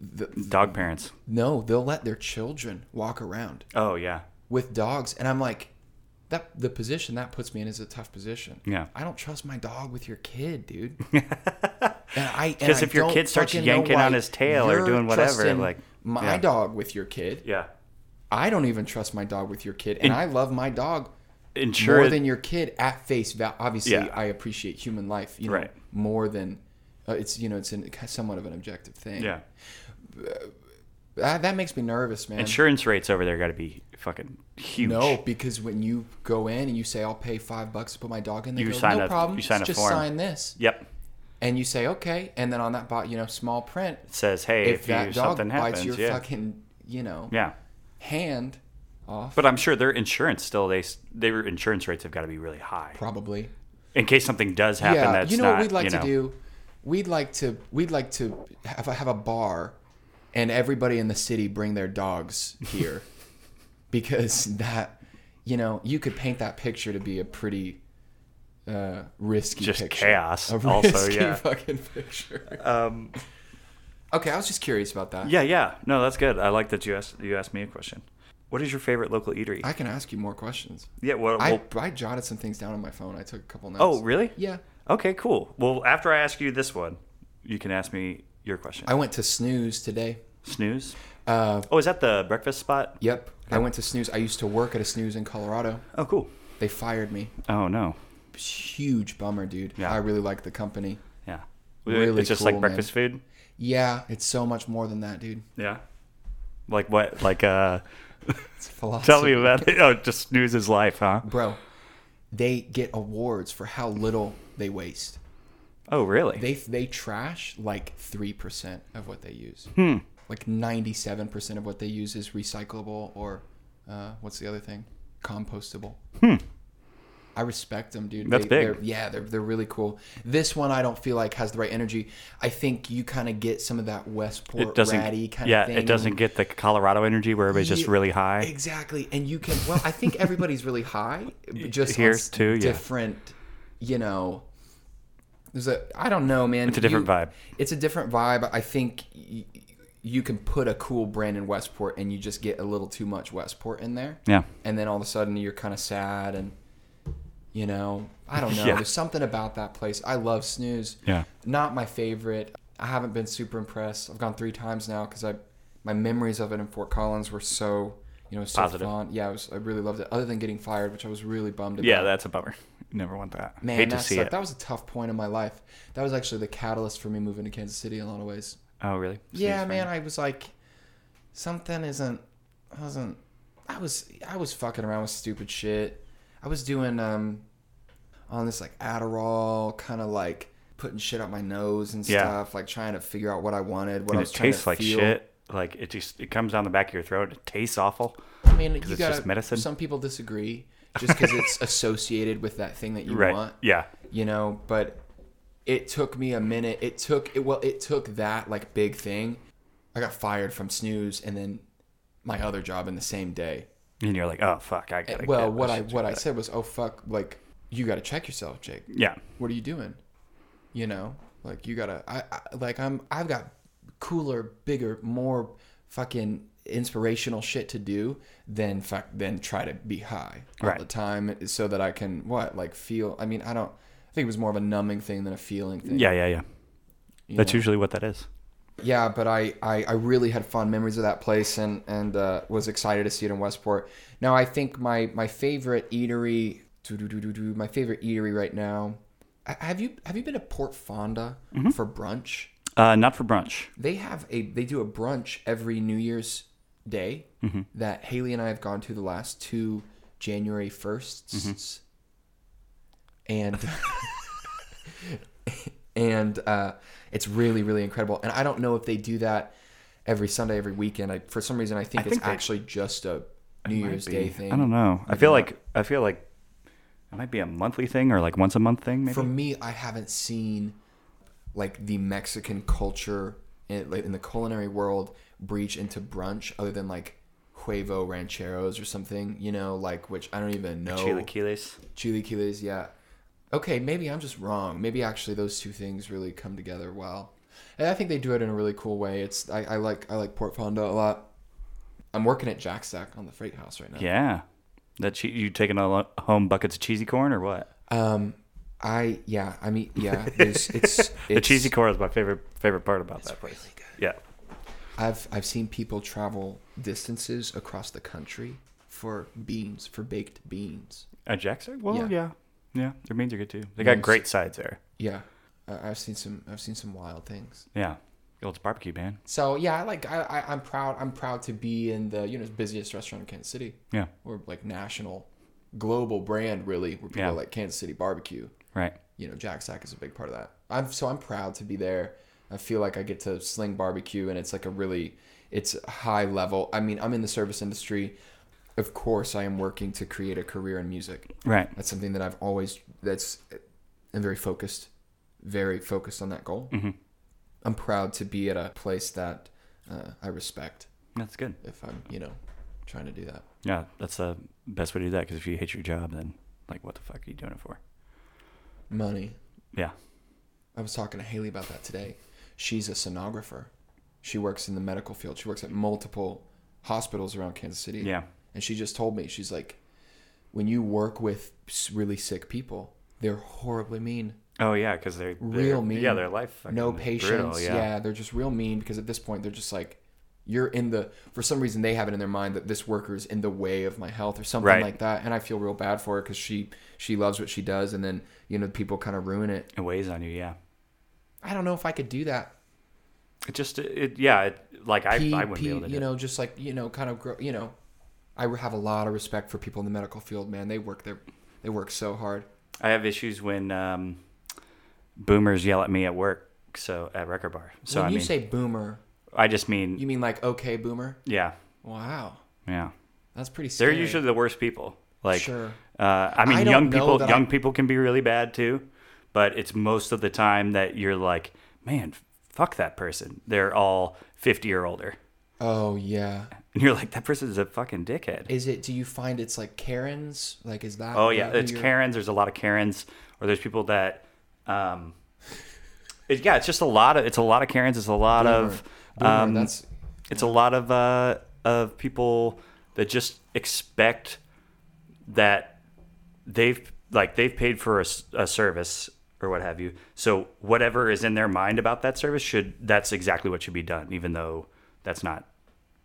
Speaker 2: The,
Speaker 1: Dog parents.
Speaker 2: no, they'll let their children walk around
Speaker 1: Oh yeah.
Speaker 2: with dogs, and I'm like, that the position that puts me in is a tough position.
Speaker 1: Yeah.
Speaker 2: I don't trust my dog with your kid, dude. and I because
Speaker 1: if your kid starts yanking on his tail or doing whatever, like,
Speaker 2: my
Speaker 1: yeah.
Speaker 2: dog with your kid,
Speaker 1: Yeah.
Speaker 2: I don't even trust my dog with your kid, and I love my dog
Speaker 1: Insure
Speaker 2: more than your kid at face value. Obviously,
Speaker 1: Yeah.
Speaker 2: I appreciate human life, you know,
Speaker 1: Right.
Speaker 2: more than uh, it's you know it's an, somewhat of an objective thing.
Speaker 1: Yeah.
Speaker 2: That, that makes me nervous, man.
Speaker 1: Insurance rates over there got to be fucking huge.
Speaker 2: No, because when you go in and you say I'll pay five bucks to put my dog in, they
Speaker 1: You
Speaker 2: go,
Speaker 1: sign
Speaker 2: no
Speaker 1: a-
Speaker 2: problem.
Speaker 1: you sign a
Speaker 2: just
Speaker 1: form."
Speaker 2: sign this,
Speaker 1: Yep.
Speaker 2: and you say okay, and then on that bot, you know, small print.
Speaker 1: It says, hey,
Speaker 2: If,
Speaker 1: if,
Speaker 2: that
Speaker 1: you,
Speaker 2: dog
Speaker 1: something
Speaker 2: bites
Speaker 1: happens,
Speaker 2: your
Speaker 1: yeah,
Speaker 2: fucking, you know,
Speaker 1: yeah.
Speaker 2: hand off,
Speaker 1: But I'm sure their insurance still they s- their insurance rates have got to be really high
Speaker 2: probably.
Speaker 1: in case something does happen.
Speaker 2: Yeah,
Speaker 1: that's
Speaker 2: you know
Speaker 1: not,
Speaker 2: what we'd like
Speaker 1: you know,
Speaker 2: to do? We'd like to we'd like to have a, have a bar, and everybody in the city bring their dogs here, because that you know you could paint that picture to be a pretty uh, risky
Speaker 1: Just
Speaker 2: picture.
Speaker 1: chaos
Speaker 2: A
Speaker 1: also,
Speaker 2: risky
Speaker 1: yeah. Uh, Um,
Speaker 2: fucking picture. okay, I was just curious about that.
Speaker 1: Yeah, yeah. No, that's good. I like that you asked you asked me a question. What is your favorite local eatery?
Speaker 2: I can ask you more questions.
Speaker 1: yeah. Well,
Speaker 2: I,
Speaker 1: well-
Speaker 2: I jotted some things down on my phone. I took a couple notes.
Speaker 1: oh, really?
Speaker 2: Yeah.
Speaker 1: Okay, cool. Well, after I ask you this one, you can ask me your question.
Speaker 2: I went to snooze today.
Speaker 1: Snooze.
Speaker 2: Uh,
Speaker 1: Oh, is that the breakfast spot?
Speaker 2: yep. I went to snooze. I used to work at a snooze in Colorado.
Speaker 1: Oh, cool.
Speaker 2: They fired me.
Speaker 1: Oh no.
Speaker 2: huge bummer, dude.
Speaker 1: Yeah.
Speaker 2: I really like the company.
Speaker 1: Yeah.
Speaker 2: Really
Speaker 1: it's just
Speaker 2: cool,
Speaker 1: like
Speaker 2: man.
Speaker 1: breakfast food.
Speaker 2: Yeah, it's so much more than that, dude.
Speaker 1: Yeah. Like what? Like uh.
Speaker 2: It's philosophy.
Speaker 1: Tell me about it. Oh, just snooze his life, huh?
Speaker 2: Bro, they get awards for how little they waste.
Speaker 1: Oh, really?
Speaker 2: They they trash like 3% of what they use.
Speaker 1: Hmm.
Speaker 2: Like 97% of what they use is recyclable or uh, what's the other thing? Compostable. I respect them, dude.
Speaker 1: Hmm. That's
Speaker 2: they,
Speaker 1: big.
Speaker 2: They're, yeah, they're, they're really cool. This one I don't feel like has the right energy. I think you kind of get some of that Westport
Speaker 1: it doesn't.
Speaker 2: ratty kind
Speaker 1: yeah,
Speaker 2: of thing.
Speaker 1: it doesn't get the Colorado energy where everybody's just
Speaker 2: Yeah,
Speaker 1: really high.
Speaker 2: Exactly, and you can. Well, I think everybody's really high, but just on
Speaker 1: Here,
Speaker 2: s-
Speaker 1: too, yeah.
Speaker 2: Different, you know. There's a. I don't know, man. It's
Speaker 1: a different vibe.
Speaker 2: It's a different vibe. I think y- you can put a cool brand in Westport, and you just get a little too much Westport in there.
Speaker 1: Yeah.
Speaker 2: And then all of a sudden, you're kind of sad, and you know, I don't know.
Speaker 1: Yeah.
Speaker 2: There's something about that place. I love Snooze.
Speaker 1: Yeah.
Speaker 2: Not my favorite. I haven't been super impressed. I've gone three times now because I, my memories of it in Fort Collins were so, you know, so
Speaker 1: Positive.
Speaker 2: fond. Yeah, I, was, I really loved it. Other than getting fired, which I was really bummed about.
Speaker 1: Yeah, that's a bummer. Never want that.
Speaker 2: man,
Speaker 1: Hate to
Speaker 2: that
Speaker 1: see
Speaker 2: sucked.
Speaker 1: it.
Speaker 2: That was a tough point in my life. That was actually the catalyst for me moving to Kansas City in a lot of ways.
Speaker 1: Oh, really?
Speaker 2: yeah,
Speaker 1: Snooze
Speaker 2: man,
Speaker 1: fan.
Speaker 2: I was like, something isn't, wasn't. I was I was fucking around with stupid shit. I was doing um, on this like Adderall, kind of like putting shit up my nose and
Speaker 1: Yeah.
Speaker 2: stuff, like trying to figure out what I wanted, what I
Speaker 1: And
Speaker 2: was
Speaker 1: it
Speaker 2: trying
Speaker 1: tastes
Speaker 2: to
Speaker 1: like
Speaker 2: feel.
Speaker 1: shit. Like it just it comes down the back of your throat. It tastes awful.
Speaker 2: I mean, you
Speaker 1: it's
Speaker 2: gotta,
Speaker 1: just medicine.
Speaker 2: Some people disagree, just because it's associated with that thing that you
Speaker 1: Right.
Speaker 2: want.
Speaker 1: Yeah.
Speaker 2: you know but it took me a minute it took it well it took that like big thing i got fired from snooze and then my other job in the same day
Speaker 1: And you're like, oh fuck, I gotta.
Speaker 2: Eh, well
Speaker 1: get
Speaker 2: what
Speaker 1: this
Speaker 2: i
Speaker 1: shit
Speaker 2: what i
Speaker 1: back.
Speaker 2: said was oh fuck like you got to check yourself jake
Speaker 1: Yeah.
Speaker 2: what are you doing you know like you gotta I, I like i'm i've got cooler bigger more fucking inspirational shit to do than fuck than try to be high all
Speaker 1: Right.
Speaker 2: the time so that i can what like feel i mean i don't i think it was more of a numbing thing than a feeling thing
Speaker 1: Yeah, yeah, yeah.
Speaker 2: you
Speaker 1: That's
Speaker 2: know?
Speaker 1: usually what that is.
Speaker 2: yeah but I, I i really had fond memories of that place and and uh, was excited to see it in westport now i think my my favorite eatery doo-doo-doo-doo-doo, my favorite eatery right now I- have you have you been to port fonda for brunch
Speaker 1: Uh, not for brunch.
Speaker 2: they have a they do a brunch every new year's day
Speaker 1: Mm-hmm.
Speaker 2: that haley and i have gone to the last two january
Speaker 1: Mm-hmm.
Speaker 2: 1sts and and uh, it's really really incredible and i don't know if they do that every sunday every weekend I, for some reason i think it's
Speaker 1: think they-
Speaker 2: actually just a new year's day thing
Speaker 1: I don't know. I feel like I feel like it might be a monthly thing or like once a month thing. Maybe.
Speaker 2: for me i haven't seen like the mexican culture in, like, in the culinary world breach into brunch other than like huevo rancheros or something you know like which i don't even know
Speaker 1: Oh. Chilaquiles.
Speaker 2: chilaquiles yeah okay maybe i'm just wrong maybe actually those two things really come together well and i think they do it in a really cool way it's i, I like i like port fonda a lot i'm working at jack stack on the freight house right now
Speaker 1: Yeah. That che- you taking a lo- home buckets of cheesy corn or what?
Speaker 2: um i yeah i mean yeah there's- it's it's
Speaker 1: the cheesy corn is my favorite favorite part about that place. Yeah.
Speaker 2: I've I've seen people travel distances across the country for beans, for baked beans.
Speaker 1: A Jack Stack? Well,
Speaker 2: Yeah.
Speaker 1: yeah. yeah. Their beans are good too. They got
Speaker 2: Mine's-
Speaker 1: great sides there.
Speaker 2: Yeah, I I've seen some I've seen some wild things.
Speaker 1: Yeah. Yo, it's barbecue, man.
Speaker 2: So yeah, I like I, I I'm proud I'm proud to be in the you know busiest restaurant in Kansas City.
Speaker 1: Yeah.
Speaker 2: We're like national, global brand really. Where people
Speaker 1: Yeah.
Speaker 2: are like Kansas City barbecue.
Speaker 1: Right.
Speaker 2: You know, Jack Sack is a big part of that. I'm so I'm proud to be there. I feel like I get to sling barbecue, and it's like a really it's high level. I mean, I'm in the service industry. Of course, I am working to create a career in music.
Speaker 1: Right.
Speaker 2: That's something that I've always that's I'm very focused, very focused on that goal. I'm proud to be at a place that uh, I respect.
Speaker 1: That's good.
Speaker 2: If I'm, you know, trying to do that.
Speaker 1: Yeah, that's the best way to do that. Because if you hate your job, then like, what the fuck are you doing it for?
Speaker 2: Money.
Speaker 1: Yeah.
Speaker 2: I was talking to Haley about that today. She's a sonographer. She works in the medical field. She works at multiple hospitals around Kansas City.
Speaker 1: Yeah.
Speaker 2: And she just told me, she's like, when you work with s- really sick people, they're horribly mean.
Speaker 1: Oh yeah, because they're, they're-
Speaker 2: Real mean.
Speaker 1: Yeah, their life. fucking
Speaker 2: no
Speaker 1: is
Speaker 2: patience.
Speaker 1: brutal,
Speaker 2: yeah. they're just real mean because at this point they're just like, you're in the. For some reason, they have it in their mind that this worker's in the way of my health or something
Speaker 1: Right.
Speaker 2: like that, and I feel real bad for her because she she loves what she does, and then you know people kind of ruin it.
Speaker 1: It weighs on you. Yeah.
Speaker 2: I don't know if I could do that.
Speaker 1: It just it yeah it, like I,
Speaker 2: P-
Speaker 1: I wouldn't
Speaker 2: P-
Speaker 1: be able to do
Speaker 2: you
Speaker 1: it.
Speaker 2: know just like you know kind of grow you know i have a lot of respect for people in the medical field man they work their they work so hard
Speaker 1: I have issues when um, boomers yell at me at work. So at record bar. So I
Speaker 2: when you
Speaker 1: mean,
Speaker 2: say boomer
Speaker 1: I just mean
Speaker 2: you mean like okay boomer
Speaker 1: yeah
Speaker 2: wow
Speaker 1: yeah.
Speaker 2: that's pretty
Speaker 1: They're
Speaker 2: scary.
Speaker 1: usually the worst people. Like
Speaker 2: sure
Speaker 1: Uh, I mean,
Speaker 2: I don't
Speaker 1: young
Speaker 2: know
Speaker 1: people,
Speaker 2: that
Speaker 1: young
Speaker 2: I-
Speaker 1: people can be really bad too, but it's most of the time that you're like, man, f- fuck that person. They're all 50 or older.
Speaker 2: oh yeah
Speaker 1: And you're like, that person's a fucking dickhead.
Speaker 2: is it do you find it's like karen's like is that
Speaker 1: oh yeah.
Speaker 2: who
Speaker 1: It's
Speaker 2: you're-
Speaker 1: Karens. There's a lot of Karens or there's people that, um, it, yeah, it's just a lot of, it's a lot of Karens. It's a lot of,
Speaker 2: Boomer,
Speaker 1: um,
Speaker 2: that's
Speaker 1: it's a lot of, uh, of people that just expect that they've like they've paid for a, s- a service or what have you. So whatever is in their mind about that service should that's exactly what should be done, even though that's not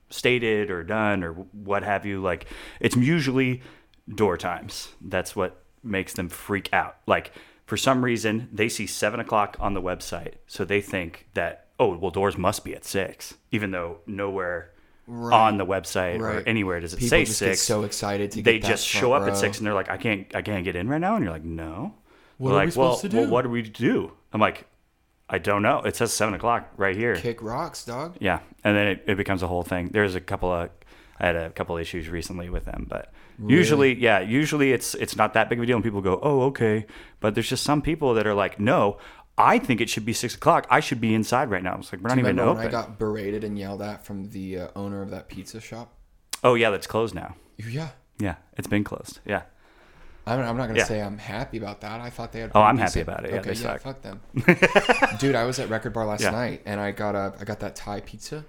Speaker 1: stated or done or what have you. Like it's usually door times. That's what makes them freak out. Like for some reason they see seven o'clock on the website, so they think that oh well doors must be at six, even though nowhere. On the website
Speaker 2: Right.
Speaker 1: or anywhere does it
Speaker 2: people
Speaker 1: say
Speaker 2: just
Speaker 1: six?
Speaker 2: get so excited to
Speaker 1: they
Speaker 2: get that
Speaker 1: just
Speaker 2: front
Speaker 1: show up
Speaker 2: row.
Speaker 1: at six and they're like, I can't, I can't get in right now. And you're like, no.
Speaker 2: What
Speaker 1: They're
Speaker 2: are we
Speaker 1: like, well,
Speaker 2: supposed to
Speaker 1: well,
Speaker 2: do?"
Speaker 1: what do we do? I'm like, I don't know. It says seven o'clock right here.
Speaker 2: kick rocks dog
Speaker 1: Yeah, and then it, it becomes a whole thing. There's a couple of, I had a couple of issues recently with them, but usually, yeah, usually it's it's not that big of a deal, and people go, oh, okay. But there's just some people that are like, no, I think it should be six o'clock. I should be inside right now. It's like we're not even
Speaker 2: Remember
Speaker 1: open.
Speaker 2: when i got berated and yelled at from the uh, owner of that pizza shop
Speaker 1: oh yeah, that's closed now.
Speaker 2: yeah
Speaker 1: Yeah, it's been closed. Yeah.
Speaker 2: I'm, I'm not gonna
Speaker 1: Yeah.
Speaker 2: say I'm happy about that. I thought they had.
Speaker 1: Oh, I'm
Speaker 2: pretty
Speaker 1: happy about it. Yeah,
Speaker 2: okay,
Speaker 1: they
Speaker 2: yeah,
Speaker 1: suck.
Speaker 2: fuck them, dude. I was at Record Bar last
Speaker 1: Yeah.
Speaker 2: night and I got a I got that Thai pizza,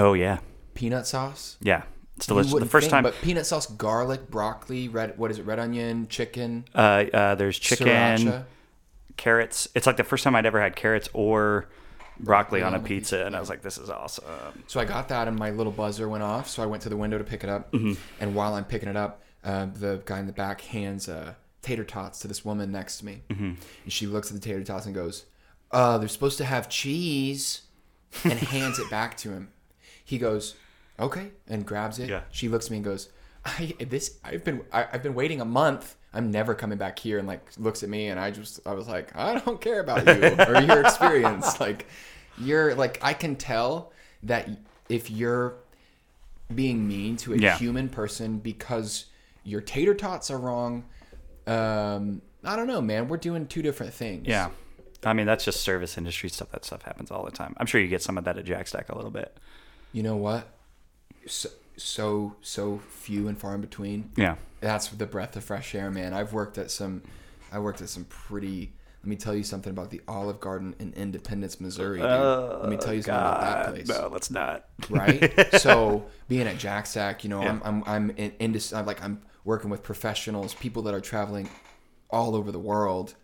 Speaker 1: Oh yeah.
Speaker 2: peanut sauce.
Speaker 1: Yeah. It's
Speaker 2: You
Speaker 1: delicious. The
Speaker 2: wouldn't
Speaker 1: first
Speaker 2: think,
Speaker 1: time.
Speaker 2: but peanut sauce, garlic, broccoli, red. What is it? Red onion, chicken,
Speaker 1: Uh, uh, there's chicken,
Speaker 2: sriracha.
Speaker 1: carrots. It's like the first time I'd ever had carrots or broccoli on a pizza, and I was like, "This is awesome."
Speaker 2: So I got that, and my little buzzer went off. So I went to the window to pick it up, and while I'm picking it up, uh, the guy in the back hands uh, tater tots to this woman next to me, and she looks at the tater tots and goes, "Uh, they're supposed to have cheese," and hands it back to him. He goes, "Okay," and grabs it.
Speaker 1: Yeah.
Speaker 2: She looks at me and goes, "I this I've been I, I've been waiting a month." I'm never coming back here and like looks at me and I just I was like I don't care about you or your experience like you're like I can tell that if you're being mean to a
Speaker 1: Yeah.
Speaker 2: human person because your tater tots are wrong. Um, I don't know, man. We're doing two different things.
Speaker 1: Yeah, I mean that's just service industry stuff. That stuff happens all the time. I'm sure you get some of that at Jack Stack a little bit.
Speaker 2: You know what? So so, so few and far in between.
Speaker 1: Yeah,
Speaker 2: That's the breath of fresh air, man. I've worked at some, I worked at some pretty. Let me tell you something about the Olive Garden in Independence, Missouri. Dude. let me tell you something about that
Speaker 1: Uh,
Speaker 2: place.
Speaker 1: no, let's not.
Speaker 2: right? so being at Jack Sack, you know, I'm I'm I'm in, in this- I'm like I'm working with professionals, people that are traveling all over the world,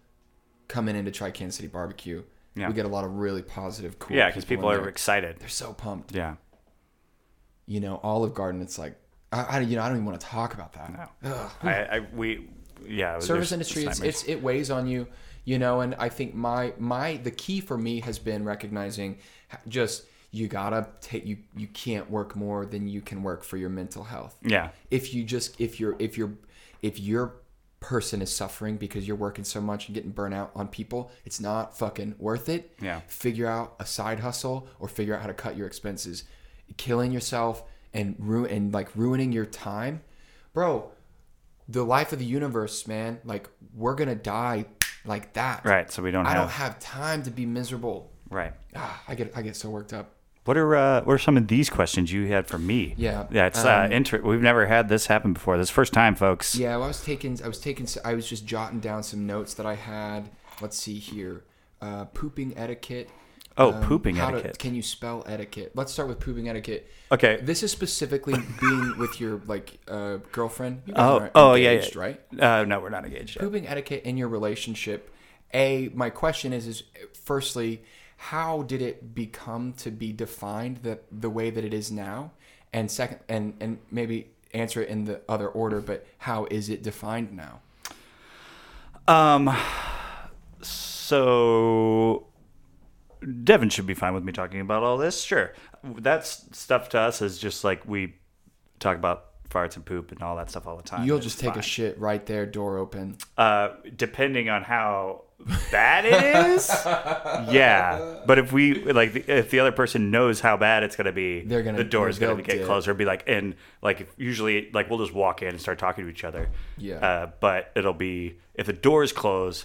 Speaker 2: coming in to try Kansas City barbecue.
Speaker 1: Yeah.
Speaker 2: We get a lot of really positive, cool.
Speaker 1: Yeah, because people
Speaker 2: in
Speaker 1: are
Speaker 2: there.
Speaker 1: excited.
Speaker 2: they're so pumped.
Speaker 1: Yeah,
Speaker 2: You know, Olive Garden. It's like I, I you know I don't even want to talk about that.
Speaker 1: no. I, I we yeah, it was-
Speaker 2: service
Speaker 1: there's-
Speaker 2: industry
Speaker 1: it's
Speaker 2: it's,
Speaker 1: nightmares.
Speaker 2: it's it weighs on you you know and i think my my the key for me has been recognizing h- just you gotta take you you can't work more than you can work for your mental health
Speaker 1: yeah,
Speaker 2: if you just if you're if you're if your person is suffering because you're working so much and getting burnt out on people it's not fucking worth it
Speaker 1: Yeah.
Speaker 2: figure out a side hustle or figure out how to cut your expenses killing yourself and ruin and like ruining your time bro the life of the universe man like we're gonna die like that
Speaker 1: right. So we don't
Speaker 2: i
Speaker 1: have
Speaker 2: don't have time to be miserable
Speaker 1: right.
Speaker 2: ah, i get i get so worked up
Speaker 1: What are uh, what are some of these questions you had for me?
Speaker 2: Yeah,
Speaker 1: yeah, it's uh,
Speaker 2: um,
Speaker 1: inter- We've never had this happen before. This is first time, folks.
Speaker 2: Yeah, well, I was taking, I was taking, I was just jotting down some notes that I had. Let's see here, uh, pooping etiquette.
Speaker 1: Oh, pooping
Speaker 2: Um, how to-
Speaker 1: etiquette.
Speaker 2: can you spell etiquette? Let's start with pooping etiquette.
Speaker 1: Okay.
Speaker 2: This is specifically being with your like uh, girlfriend. You guys
Speaker 1: Oh,
Speaker 2: aren't
Speaker 1: oh yeah,
Speaker 2: engaged,
Speaker 1: yeah.
Speaker 2: right.
Speaker 1: Uh, no, we're not engaged. Yet.
Speaker 2: Pooping etiquette in your relationship. A, my question is, is firstly, how did it become to be defined that the way that it is now? And second, and and maybe answer it in the other order, but how is it defined now?
Speaker 1: Um, so Devin should be fine with me talking about all this. Sure, that's stuff to us is just like we talk about farts and poop and all that stuff all the time.
Speaker 2: You'll
Speaker 1: It's
Speaker 2: just take a
Speaker 1: fine.
Speaker 2: shit right there, door open.
Speaker 1: uh, depending on how bad it is. yeah, but if we like, if the other person knows how bad it's gonna be,
Speaker 2: They're gonna-
Speaker 1: the door's
Speaker 2: they'll
Speaker 1: gonna get
Speaker 2: dip.
Speaker 1: closer. Be like, and like if- usually, like we'll just walk in and start talking to each other.
Speaker 2: Yeah.
Speaker 1: Uh, but it'll be if the door's closed,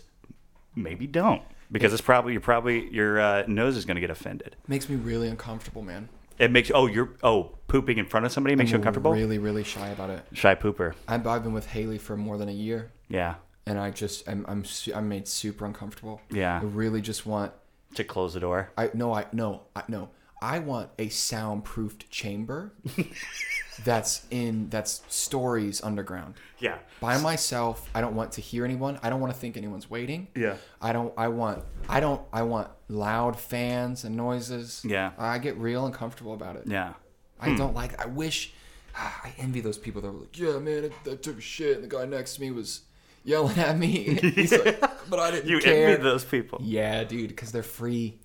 Speaker 1: maybe don't because it's probably you're probably your uh, nose is gonna get offended.
Speaker 2: Makes me really uncomfortable, man.
Speaker 1: It makes oh you're oh pooping in front of somebody makes you uncomfortable.
Speaker 2: Really, really shy about it.
Speaker 1: Shy pooper.
Speaker 2: I've, I've been with Haley for more than a year,
Speaker 1: Yeah.
Speaker 2: and I just I'm I'm su- I'm made super uncomfortable.
Speaker 1: Yeah.
Speaker 2: I really just want
Speaker 1: To close the door.
Speaker 2: I no I no I no I want a soundproofed chamber that's in that's stories underground.
Speaker 1: Yeah.
Speaker 2: by myself i don't want to hear anyone i don't want to think anyone's waiting
Speaker 1: Yeah.
Speaker 2: i don't i want i don't i want loud fans and noises
Speaker 1: Yeah. Hmm.
Speaker 2: i get real uncomfortable about it
Speaker 1: Yeah.
Speaker 2: i don't like i wish i envy those people that were like yeah man I, I took a shit and the guy next to me was yelling at me He's like, but i didn't
Speaker 1: You
Speaker 2: care
Speaker 1: envy those people.
Speaker 2: yeah dude because they're free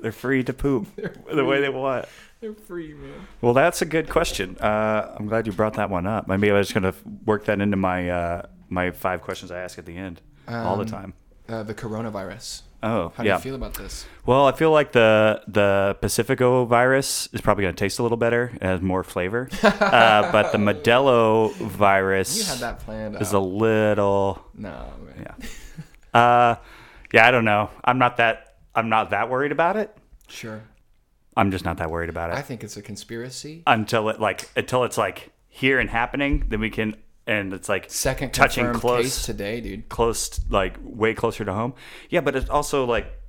Speaker 1: They're free to poop the way they want.
Speaker 2: they're free man
Speaker 1: Well, that's a good question. Uh, I'm glad you brought that one up. Maybe I was going to work that into my uh, my five questions I ask at the end all the time.
Speaker 2: uh, the coronavirus
Speaker 1: Oh,
Speaker 2: how do
Speaker 1: yeah.
Speaker 2: you feel about this
Speaker 1: Well, I feel like the the Pacifico virus is probably going to taste a little better, it has more flavor. uh, but the Modelo virus
Speaker 2: you had that planned
Speaker 1: is a
Speaker 2: out.
Speaker 1: little
Speaker 2: no man
Speaker 1: yeah. Uh, yeah, I don't know. I'm not that I'm not that worried about it.
Speaker 2: sure
Speaker 1: I'm just not that worried about it.
Speaker 2: i think it's a conspiracy
Speaker 1: until it like until it's like here and happening then we can and it's like
Speaker 2: second
Speaker 1: touching
Speaker 2: confirmed
Speaker 1: close
Speaker 2: case today, dude.
Speaker 1: close like way closer to home yeah but it's also like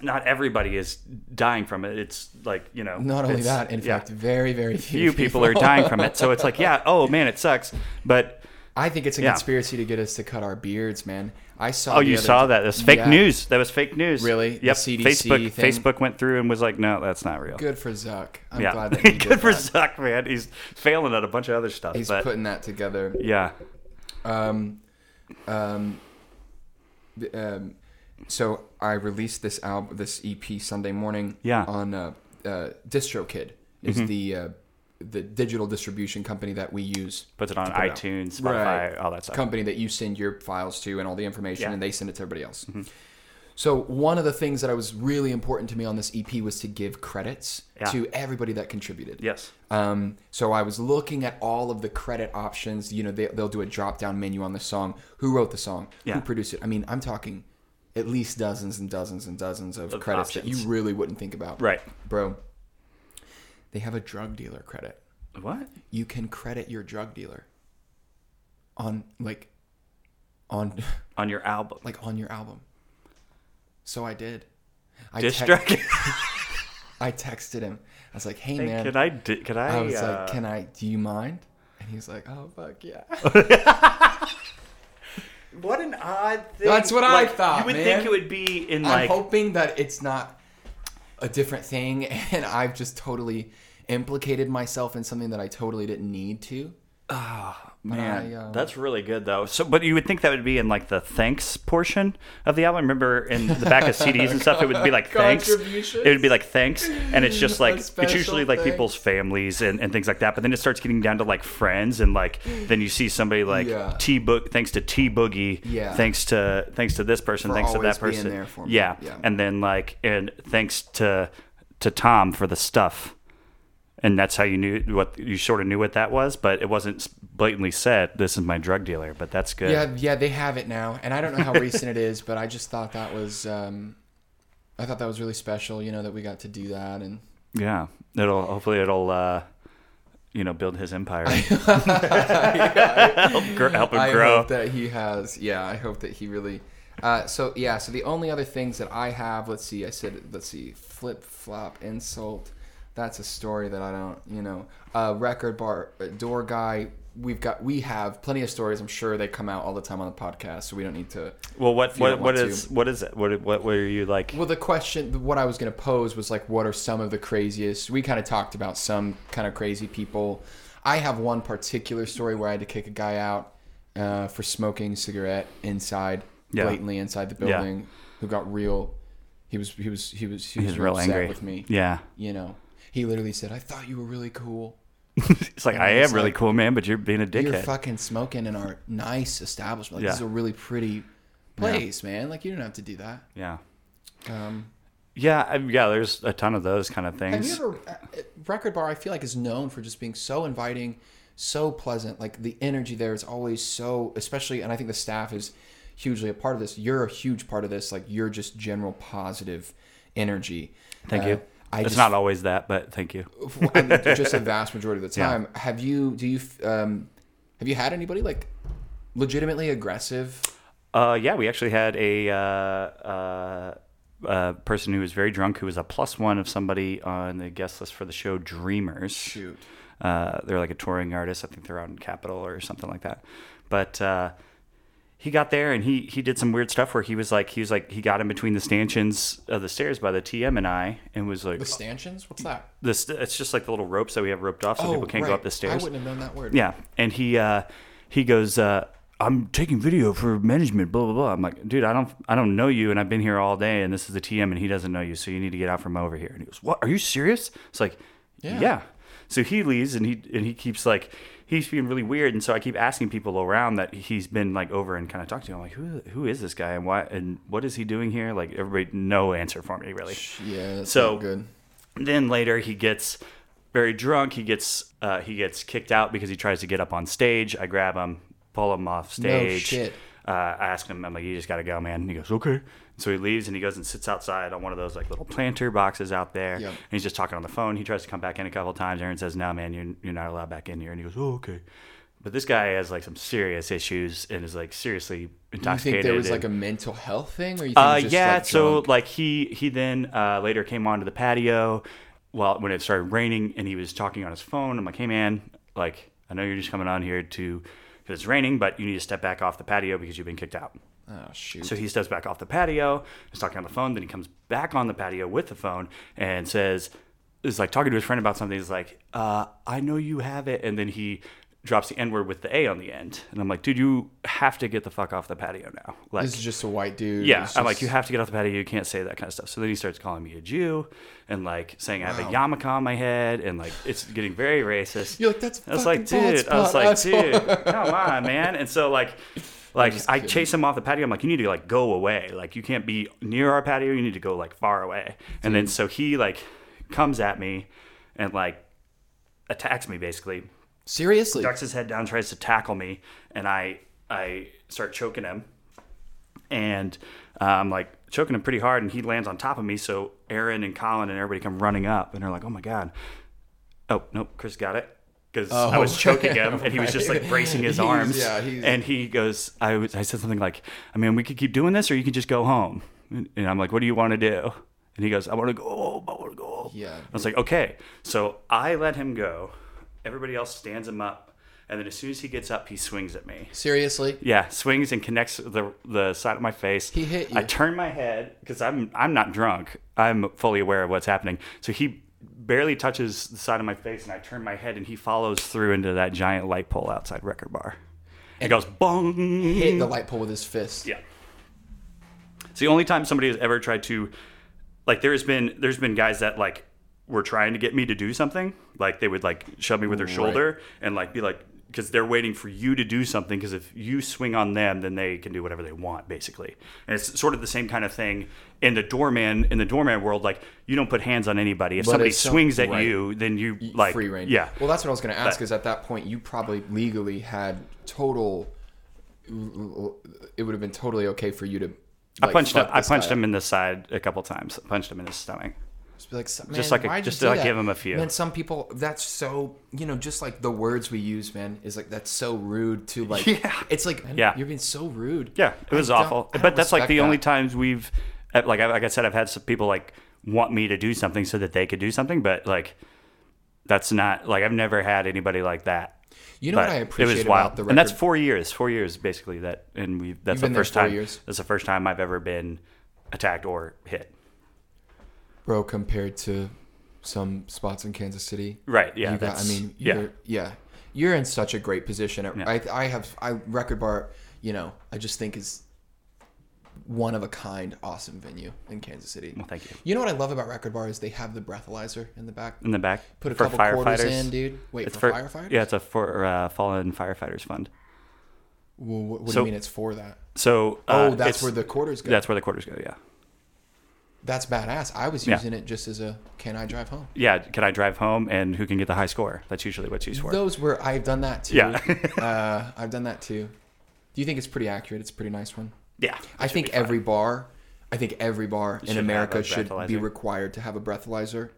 Speaker 1: not everybody is dying from it it's like you know
Speaker 2: Not only
Speaker 1: it's-
Speaker 2: that, in
Speaker 1: yeah,
Speaker 2: fact, very very few,
Speaker 1: few people are dying from it so it's like yeah oh man it sucks but
Speaker 2: I think it's a
Speaker 1: Yeah.
Speaker 2: conspiracy to get us to cut our beards, man. I saw.
Speaker 1: oh
Speaker 2: the
Speaker 1: you
Speaker 2: other
Speaker 1: saw
Speaker 2: d-
Speaker 1: that that's fake
Speaker 2: Yeah.
Speaker 1: news that was fake news
Speaker 2: Really? The
Speaker 1: yep
Speaker 2: CDC
Speaker 1: facebook
Speaker 2: thing?
Speaker 1: facebook went through and was like no that's not real
Speaker 2: Good for Zuck. I'm
Speaker 1: yeah
Speaker 2: glad that he
Speaker 1: good
Speaker 2: did
Speaker 1: for
Speaker 2: that.
Speaker 1: zuck man he's failing at a bunch of other stuff
Speaker 2: He's
Speaker 1: but
Speaker 2: putting that together.
Speaker 1: yeah
Speaker 2: Um, um, th- um, so I released this album, this EP Sunday morning.
Speaker 1: Yeah. Mm-hmm.
Speaker 2: On uh, uh, DistroKid is the uh, the digital distribution company that we use.
Speaker 1: puts it on
Speaker 2: put it out.
Speaker 1: iTunes, Spotify,
Speaker 2: Right.
Speaker 1: all that stuff.
Speaker 2: company that you send your files to and all the information
Speaker 1: Yeah. Mm-hmm.
Speaker 2: and they send it to everybody else. So one of the things that I was really important to me on this EP was to give credits
Speaker 1: Yeah.
Speaker 2: to everybody that contributed.
Speaker 1: yes.
Speaker 2: Um, so I was looking at all of the credit options. You know, they, they'll do a drop down menu on the song. Who wrote the song?
Speaker 1: Yeah.
Speaker 2: Who produced it? I mean, I'm talking at least dozens and dozens and dozens of,
Speaker 1: Of
Speaker 2: credits that
Speaker 1: options.
Speaker 2: you really wouldn't think about.
Speaker 1: Right.
Speaker 2: Bro, they have a drug dealer credit
Speaker 1: What?
Speaker 2: you can credit your drug dealer on like on
Speaker 1: On your album.
Speaker 2: like on your album so i did i,
Speaker 1: Diss
Speaker 2: tex-
Speaker 1: track?
Speaker 2: I texted him i was like hey man
Speaker 1: can I? di- Can I?
Speaker 2: I was
Speaker 1: uh,
Speaker 2: like can i do you mind and he's like oh fuck yeah
Speaker 1: what an odd thing.
Speaker 2: That's what I
Speaker 1: Like,
Speaker 2: thought,
Speaker 1: You would
Speaker 2: man.
Speaker 1: think it would be in
Speaker 2: i'm
Speaker 1: like.
Speaker 2: hoping that it's not a different thing and i've just totally implicated myself in something that i totally didn't need to Man,
Speaker 1: That's really good though. So, but you would think that would be in like the thanks portion of the album. Remember, in the back of CDs and stuff, it would be like thanks. It
Speaker 2: Contributions.
Speaker 1: would be like thanks, and it's just like it's
Speaker 2: special
Speaker 1: usually like
Speaker 2: thanks.
Speaker 1: people's families and, and things like that. But then it starts getting down to like friends, and like then you see somebody like
Speaker 2: Yeah.
Speaker 1: T book thanks to T Boogie,
Speaker 2: Yeah.
Speaker 1: thanks to thanks to this person,
Speaker 2: For
Speaker 1: thanks to
Speaker 2: always
Speaker 1: that
Speaker 2: being
Speaker 1: person,
Speaker 2: there for me.
Speaker 1: yeah.
Speaker 2: Yeah.
Speaker 1: and then like and thanks to to Tom for the stuff and that's how you knew what you sort of knew what that was, but it wasn't blatantly said. This is my drug dealer, but that's good.
Speaker 2: yeah, yeah, they have it now, and I don't know how recent it is, but I just thought that was, um, I thought that was really special. You know that we got to do that, and
Speaker 1: Yeah. it'll hopefully it'll uh, you know build his empire, help, gr- help him
Speaker 2: I
Speaker 1: grow.
Speaker 2: hope that he has. Yeah, I hope that he really. Uh, so yeah, so the only other things that I have, let's see, I said, let's see, flip flop insult. That's a story that I don't, you know. Uh, record bar uh, door guy. We've got, we have plenty of stories. I'm sure they come out all the time on the podcast, so we don't need to.
Speaker 1: well, what
Speaker 2: you don't
Speaker 1: what what
Speaker 2: want
Speaker 1: is what is it? What what were you like?
Speaker 2: Well, the question, what I was going to pose was like, what are some of the craziest? We kind of talked about some kind of crazy people. I have one particular story where I had to kick a guy out uh, for smoking a cigarette inside,
Speaker 1: Yeah.
Speaker 2: blatantly inside the
Speaker 1: Yeah.
Speaker 2: building. Who got real? He was he was he was he was,
Speaker 1: He's real
Speaker 2: upset
Speaker 1: angry
Speaker 2: with me.
Speaker 1: Yeah,
Speaker 2: You know, he literally said, "I thought you were really cool.
Speaker 1: it's like
Speaker 2: And
Speaker 1: I
Speaker 2: he's
Speaker 1: am really
Speaker 2: like,
Speaker 1: cool, man, but you're being a
Speaker 2: You're
Speaker 1: dickhead.
Speaker 2: fucking smoking in our nice establishment. Like, This
Speaker 1: Yeah.
Speaker 2: is a really pretty place, man. Like you don't have to do that."
Speaker 1: yeah,
Speaker 2: Um,
Speaker 1: yeah, I, yeah. There's a ton of those kind of
Speaker 2: Have you
Speaker 1: things.
Speaker 2: ever uh, uh, Record Bar? I feel like is known for just being so inviting, so pleasant. Like the energy there is always so, especially, and I think the staff is hugely a part of this. You're a huge part of this. Like you're just general positive energy.
Speaker 1: Thank
Speaker 2: Uh,
Speaker 1: you.
Speaker 2: I
Speaker 1: it's
Speaker 2: just,
Speaker 1: not always that, but thank you.
Speaker 2: I mean, just a vast majority of the
Speaker 1: Yeah.
Speaker 2: time. Have you? Do you? f- Um, have you had anybody like legitimately aggressive?
Speaker 1: Uh, yeah, we actually had a uh, uh, uh, person who was very drunk, who was a plus one of somebody on the guest list for the show Dreamers.
Speaker 2: Shoot.
Speaker 1: Uh, they're like a touring artist. I think they're out in Capitol or something like that. But uh, he got there and he he did some weird stuff where he was like he was like he got in between the stanchions of the stairs by the TM and I and was like
Speaker 2: The stanchions? What's that?
Speaker 1: this. It's just like the little ropes that we have roped off so people can't go
Speaker 2: Oh, right.
Speaker 1: up the stairs.
Speaker 2: I wouldn't have known that word.
Speaker 1: Yeah, and he uh, he goes, uh, "I'm taking video for management." Blah blah blah. I'm like, dude, I don't I don't know you, and I've been here all day, and this is the TM, and he doesn't know you, so you need to get out from over here. And he goes, "What? Are you serious?" It's like, yeah.
Speaker 2: Yeah.
Speaker 1: So he leaves, and he and he keeps like he's being really weird, and so I keep asking people around that he's been like over and kind of talking to. I'm like, who who is this guy, and why, and what is he doing here? Like everybody, no answer for me really
Speaker 2: Yeah. That's
Speaker 1: So-
Speaker 2: so good.
Speaker 1: then later he gets very drunk he gets uh, he gets kicked out because he tries to get up on stage i grab him pull him off stage
Speaker 2: shit.
Speaker 1: Uh, i ask him i'm like you just gotta go man and he goes okay so he leaves and he goes and sits outside on one of those like little planter boxes out there
Speaker 2: Yep.
Speaker 1: and he's just talking on the phone he tries to come back in a couple times aaron says no man you're, you're not allowed back in here and he goes oh okay but this guy has like some serious issues and is like seriously
Speaker 2: You
Speaker 1: intoxicated
Speaker 2: think there was
Speaker 1: and-
Speaker 2: like a mental health thing, or you think
Speaker 1: uh,
Speaker 2: just
Speaker 1: yeah.
Speaker 2: like
Speaker 1: so
Speaker 2: drunk?
Speaker 1: like he he then uh, later came onto the patio, well when it started raining and he was talking on his phone. I'm like, hey man, like I know you're just coming on here to because it's raining, but you need to step back off the patio because you've been kicked out.
Speaker 2: oh shoot,
Speaker 1: So he steps back off the patio, is talking on the phone, then he comes back on the patio with the phone and says, is like talking to his friend about something. He's like, uh, I know you have it. And then he drops the N word with the A on the end. And I'm like, dude, you have to get the fuck off the patio now. Like,
Speaker 2: this is just a white dude.
Speaker 1: yeah,
Speaker 2: It's
Speaker 1: I'm like,
Speaker 2: just-
Speaker 1: you have to get off the patio. You can't say that kind of stuff. So then he starts calling me a Jew and like saying I have a yarmulke on my head and like it's getting very racist.
Speaker 2: You're like, that's
Speaker 1: I was
Speaker 2: fucking
Speaker 1: like,
Speaker 2: bald
Speaker 1: dude. I was
Speaker 2: spot,
Speaker 1: like,
Speaker 2: asshole."
Speaker 1: dude, come on, man. And so like, like I chase him off the patio. I'm like, you need to like go away. Like you can't be near our patio. You need to go like far away. And then so he like comes at me and like attacks me basically
Speaker 2: seriously.
Speaker 1: ducks his head down, tries to tackle me, and I I start choking him, and uh, I'm like choking him pretty hard, and he lands on top of me. So Aaron and Colin and everybody come running up, and they're like, "Oh my god!" Oh nope, Chris got it because I was choking him, and he was just like bracing his
Speaker 2: Oh. He's-
Speaker 1: arms.
Speaker 2: yeah, he's-
Speaker 1: and he goes, I was I said something like, "I mean, we could keep doing this, or you could just go home." And and I'm like, "What do you want to do?" And he goes, "I want to go home. I want to go home."
Speaker 2: Yeah.
Speaker 1: I was like, okay. So I let him go. Everybody else stands him up. And then as soon as he gets up, he swings at me.
Speaker 2: Seriously,
Speaker 1: Yeah, swings and connects the the side of my face.
Speaker 2: He hit
Speaker 1: I
Speaker 2: you.
Speaker 1: turn my head because I'm I'm not drunk. I'm fully aware of what's happening. So he barely touches the side of my face, and I turn my head, and he follows through into that giant light pole outside Record Bar. It goes bong.
Speaker 2: Hit the light pole with his fist.
Speaker 1: Yeah. It's the only time somebody has ever tried to, like, there has been there's been guys that like were trying to get me to do something. Like they would like shove me with their shoulder and like be like, because they're waiting for you to do something. Because if you swing on them, then they can do whatever they want, basically. And it's sort of the same kind of thing in the doorman in the doorman world. Like you don't put hands on anybody. If somebody
Speaker 2: if some-
Speaker 1: swings at
Speaker 2: right.
Speaker 1: you, then you like
Speaker 2: free range.
Speaker 1: Yeah,
Speaker 2: Well, that's what I was going to ask. Is at that point you probably legally had total. It would have been totally okay for you to.
Speaker 1: I punched him. I punched him in the side a couple times. I punched him in his stomach.
Speaker 2: Just, be like, "So-
Speaker 1: Just
Speaker 2: man,
Speaker 1: like a-
Speaker 2: why'd you
Speaker 1: just
Speaker 2: do
Speaker 1: to, like,
Speaker 2: that?"
Speaker 1: give him a few.
Speaker 2: Man, some people that's so you know just like the words we use, man, is like that's so rude to like.
Speaker 1: Yeah.
Speaker 2: It's like man,
Speaker 1: Yeah.
Speaker 2: you're being so rude.
Speaker 1: Yeah, it
Speaker 2: I
Speaker 1: was
Speaker 2: don't-
Speaker 1: awful.
Speaker 2: I don't
Speaker 1: But that's like
Speaker 2: respect
Speaker 1: the only
Speaker 2: that.
Speaker 1: times we've, uh, like, I- like I said, I've had some people like want me to do something so that they could do something, but like, that's not like I've never had anybody like that.
Speaker 2: You know what
Speaker 1: But
Speaker 2: I appreciate
Speaker 1: it was
Speaker 2: about
Speaker 1: wild.
Speaker 2: the record?
Speaker 1: and that's four years. Four years basically. That and we. That's
Speaker 2: You've
Speaker 1: the
Speaker 2: been there
Speaker 1: first
Speaker 2: four
Speaker 1: time.
Speaker 2: years.
Speaker 1: That's the first time I've ever been attacked or hit.
Speaker 2: bro compared to some spots in Kansas City.
Speaker 1: Right, yeah,
Speaker 2: You got, I
Speaker 1: that's-
Speaker 2: mean,
Speaker 1: yeah.
Speaker 2: you're, yeah, you're in such a great position. I, I have, I record bar. You know, I just think is one of a kind, awesome venue in Kansas City. Well,
Speaker 1: thank you.
Speaker 2: You know what I love about record bar is they have the breathalyzer in the back.
Speaker 1: In the back.
Speaker 2: Put a
Speaker 1: for
Speaker 2: couple
Speaker 1: firefighters.
Speaker 2: quarters in, dude. Wait
Speaker 1: It's
Speaker 2: for,
Speaker 1: for
Speaker 2: firefighters.
Speaker 1: Yeah, it's a for uh, fallen firefighters fund.
Speaker 2: Well, what, what
Speaker 1: So-
Speaker 2: do you mean it's for that?
Speaker 1: So uh,
Speaker 2: Oh, that's
Speaker 1: it's-
Speaker 2: where the quarters go. That's,
Speaker 1: that's where the quarters go. Yeah.
Speaker 2: badass. I was
Speaker 1: Yeah.
Speaker 2: using it just as a can I drive home.
Speaker 1: Yeah. Can I drive home and who can get the high score? That's usually what's used for.
Speaker 2: Those were I've done that too.
Speaker 1: Yeah.
Speaker 2: uh, I've done that too. Do you think it's pretty accurate? It's a pretty nice one.
Speaker 1: yeah.
Speaker 2: I think every bar, I think every bar in
Speaker 1: have a
Speaker 2: America should be
Speaker 1: breathalyzer.
Speaker 2: required to have a breathalyzer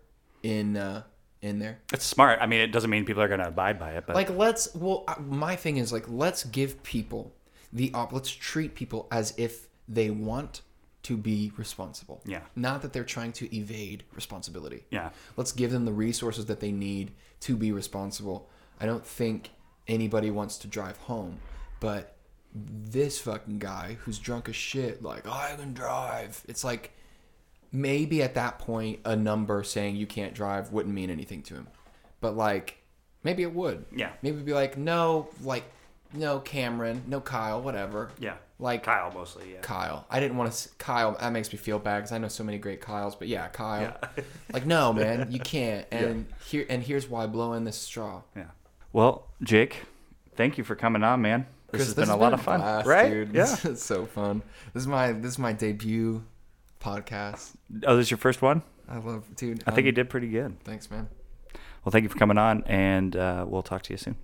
Speaker 2: in uh, in there.
Speaker 1: It's smart. I mean, it doesn't mean people are going to abide by it, but
Speaker 2: Like let's well, I- my thing is like let's give people the op. Let's treat people as if they want to be responsible.
Speaker 1: Yeah.
Speaker 2: Not that they're trying to evade responsibility.
Speaker 1: yeah,
Speaker 2: Let's give them the resources that they need to be responsible. I don't think anybody wants to drive home, but this fucking guy who's drunk as shit, like, "Oh, I can drive. It's like maybe at that point, a number saying you can't drive wouldn't mean anything to him. But like, maybe it would.
Speaker 1: Yeah.
Speaker 2: Maybe it'd be like, no, like, no Cameron, no Kyle, whatever.
Speaker 1: yeah.
Speaker 2: Like,
Speaker 1: Kyle mostly. Yeah.
Speaker 2: Kyle. I didn't want to. Kyle. That makes me feel bad because I know so many great Kyles. But yeah, Kyle. like no, man, you can't. And here and here's why blowing this straw.
Speaker 1: Yeah. Well, Jake, thank you for coming on, man. This has
Speaker 2: Chris,
Speaker 1: been a lot of fun,
Speaker 2: blast,
Speaker 1: right?
Speaker 2: Dude.
Speaker 1: Yeah.
Speaker 2: This is so fun. This is my this is my debut podcast.
Speaker 1: Oh, this is your first one.
Speaker 2: I love, dude. um,
Speaker 1: I think you did pretty good.
Speaker 2: Thanks, man.
Speaker 1: Well, thank you for coming on, and uh, we'll talk to you soon.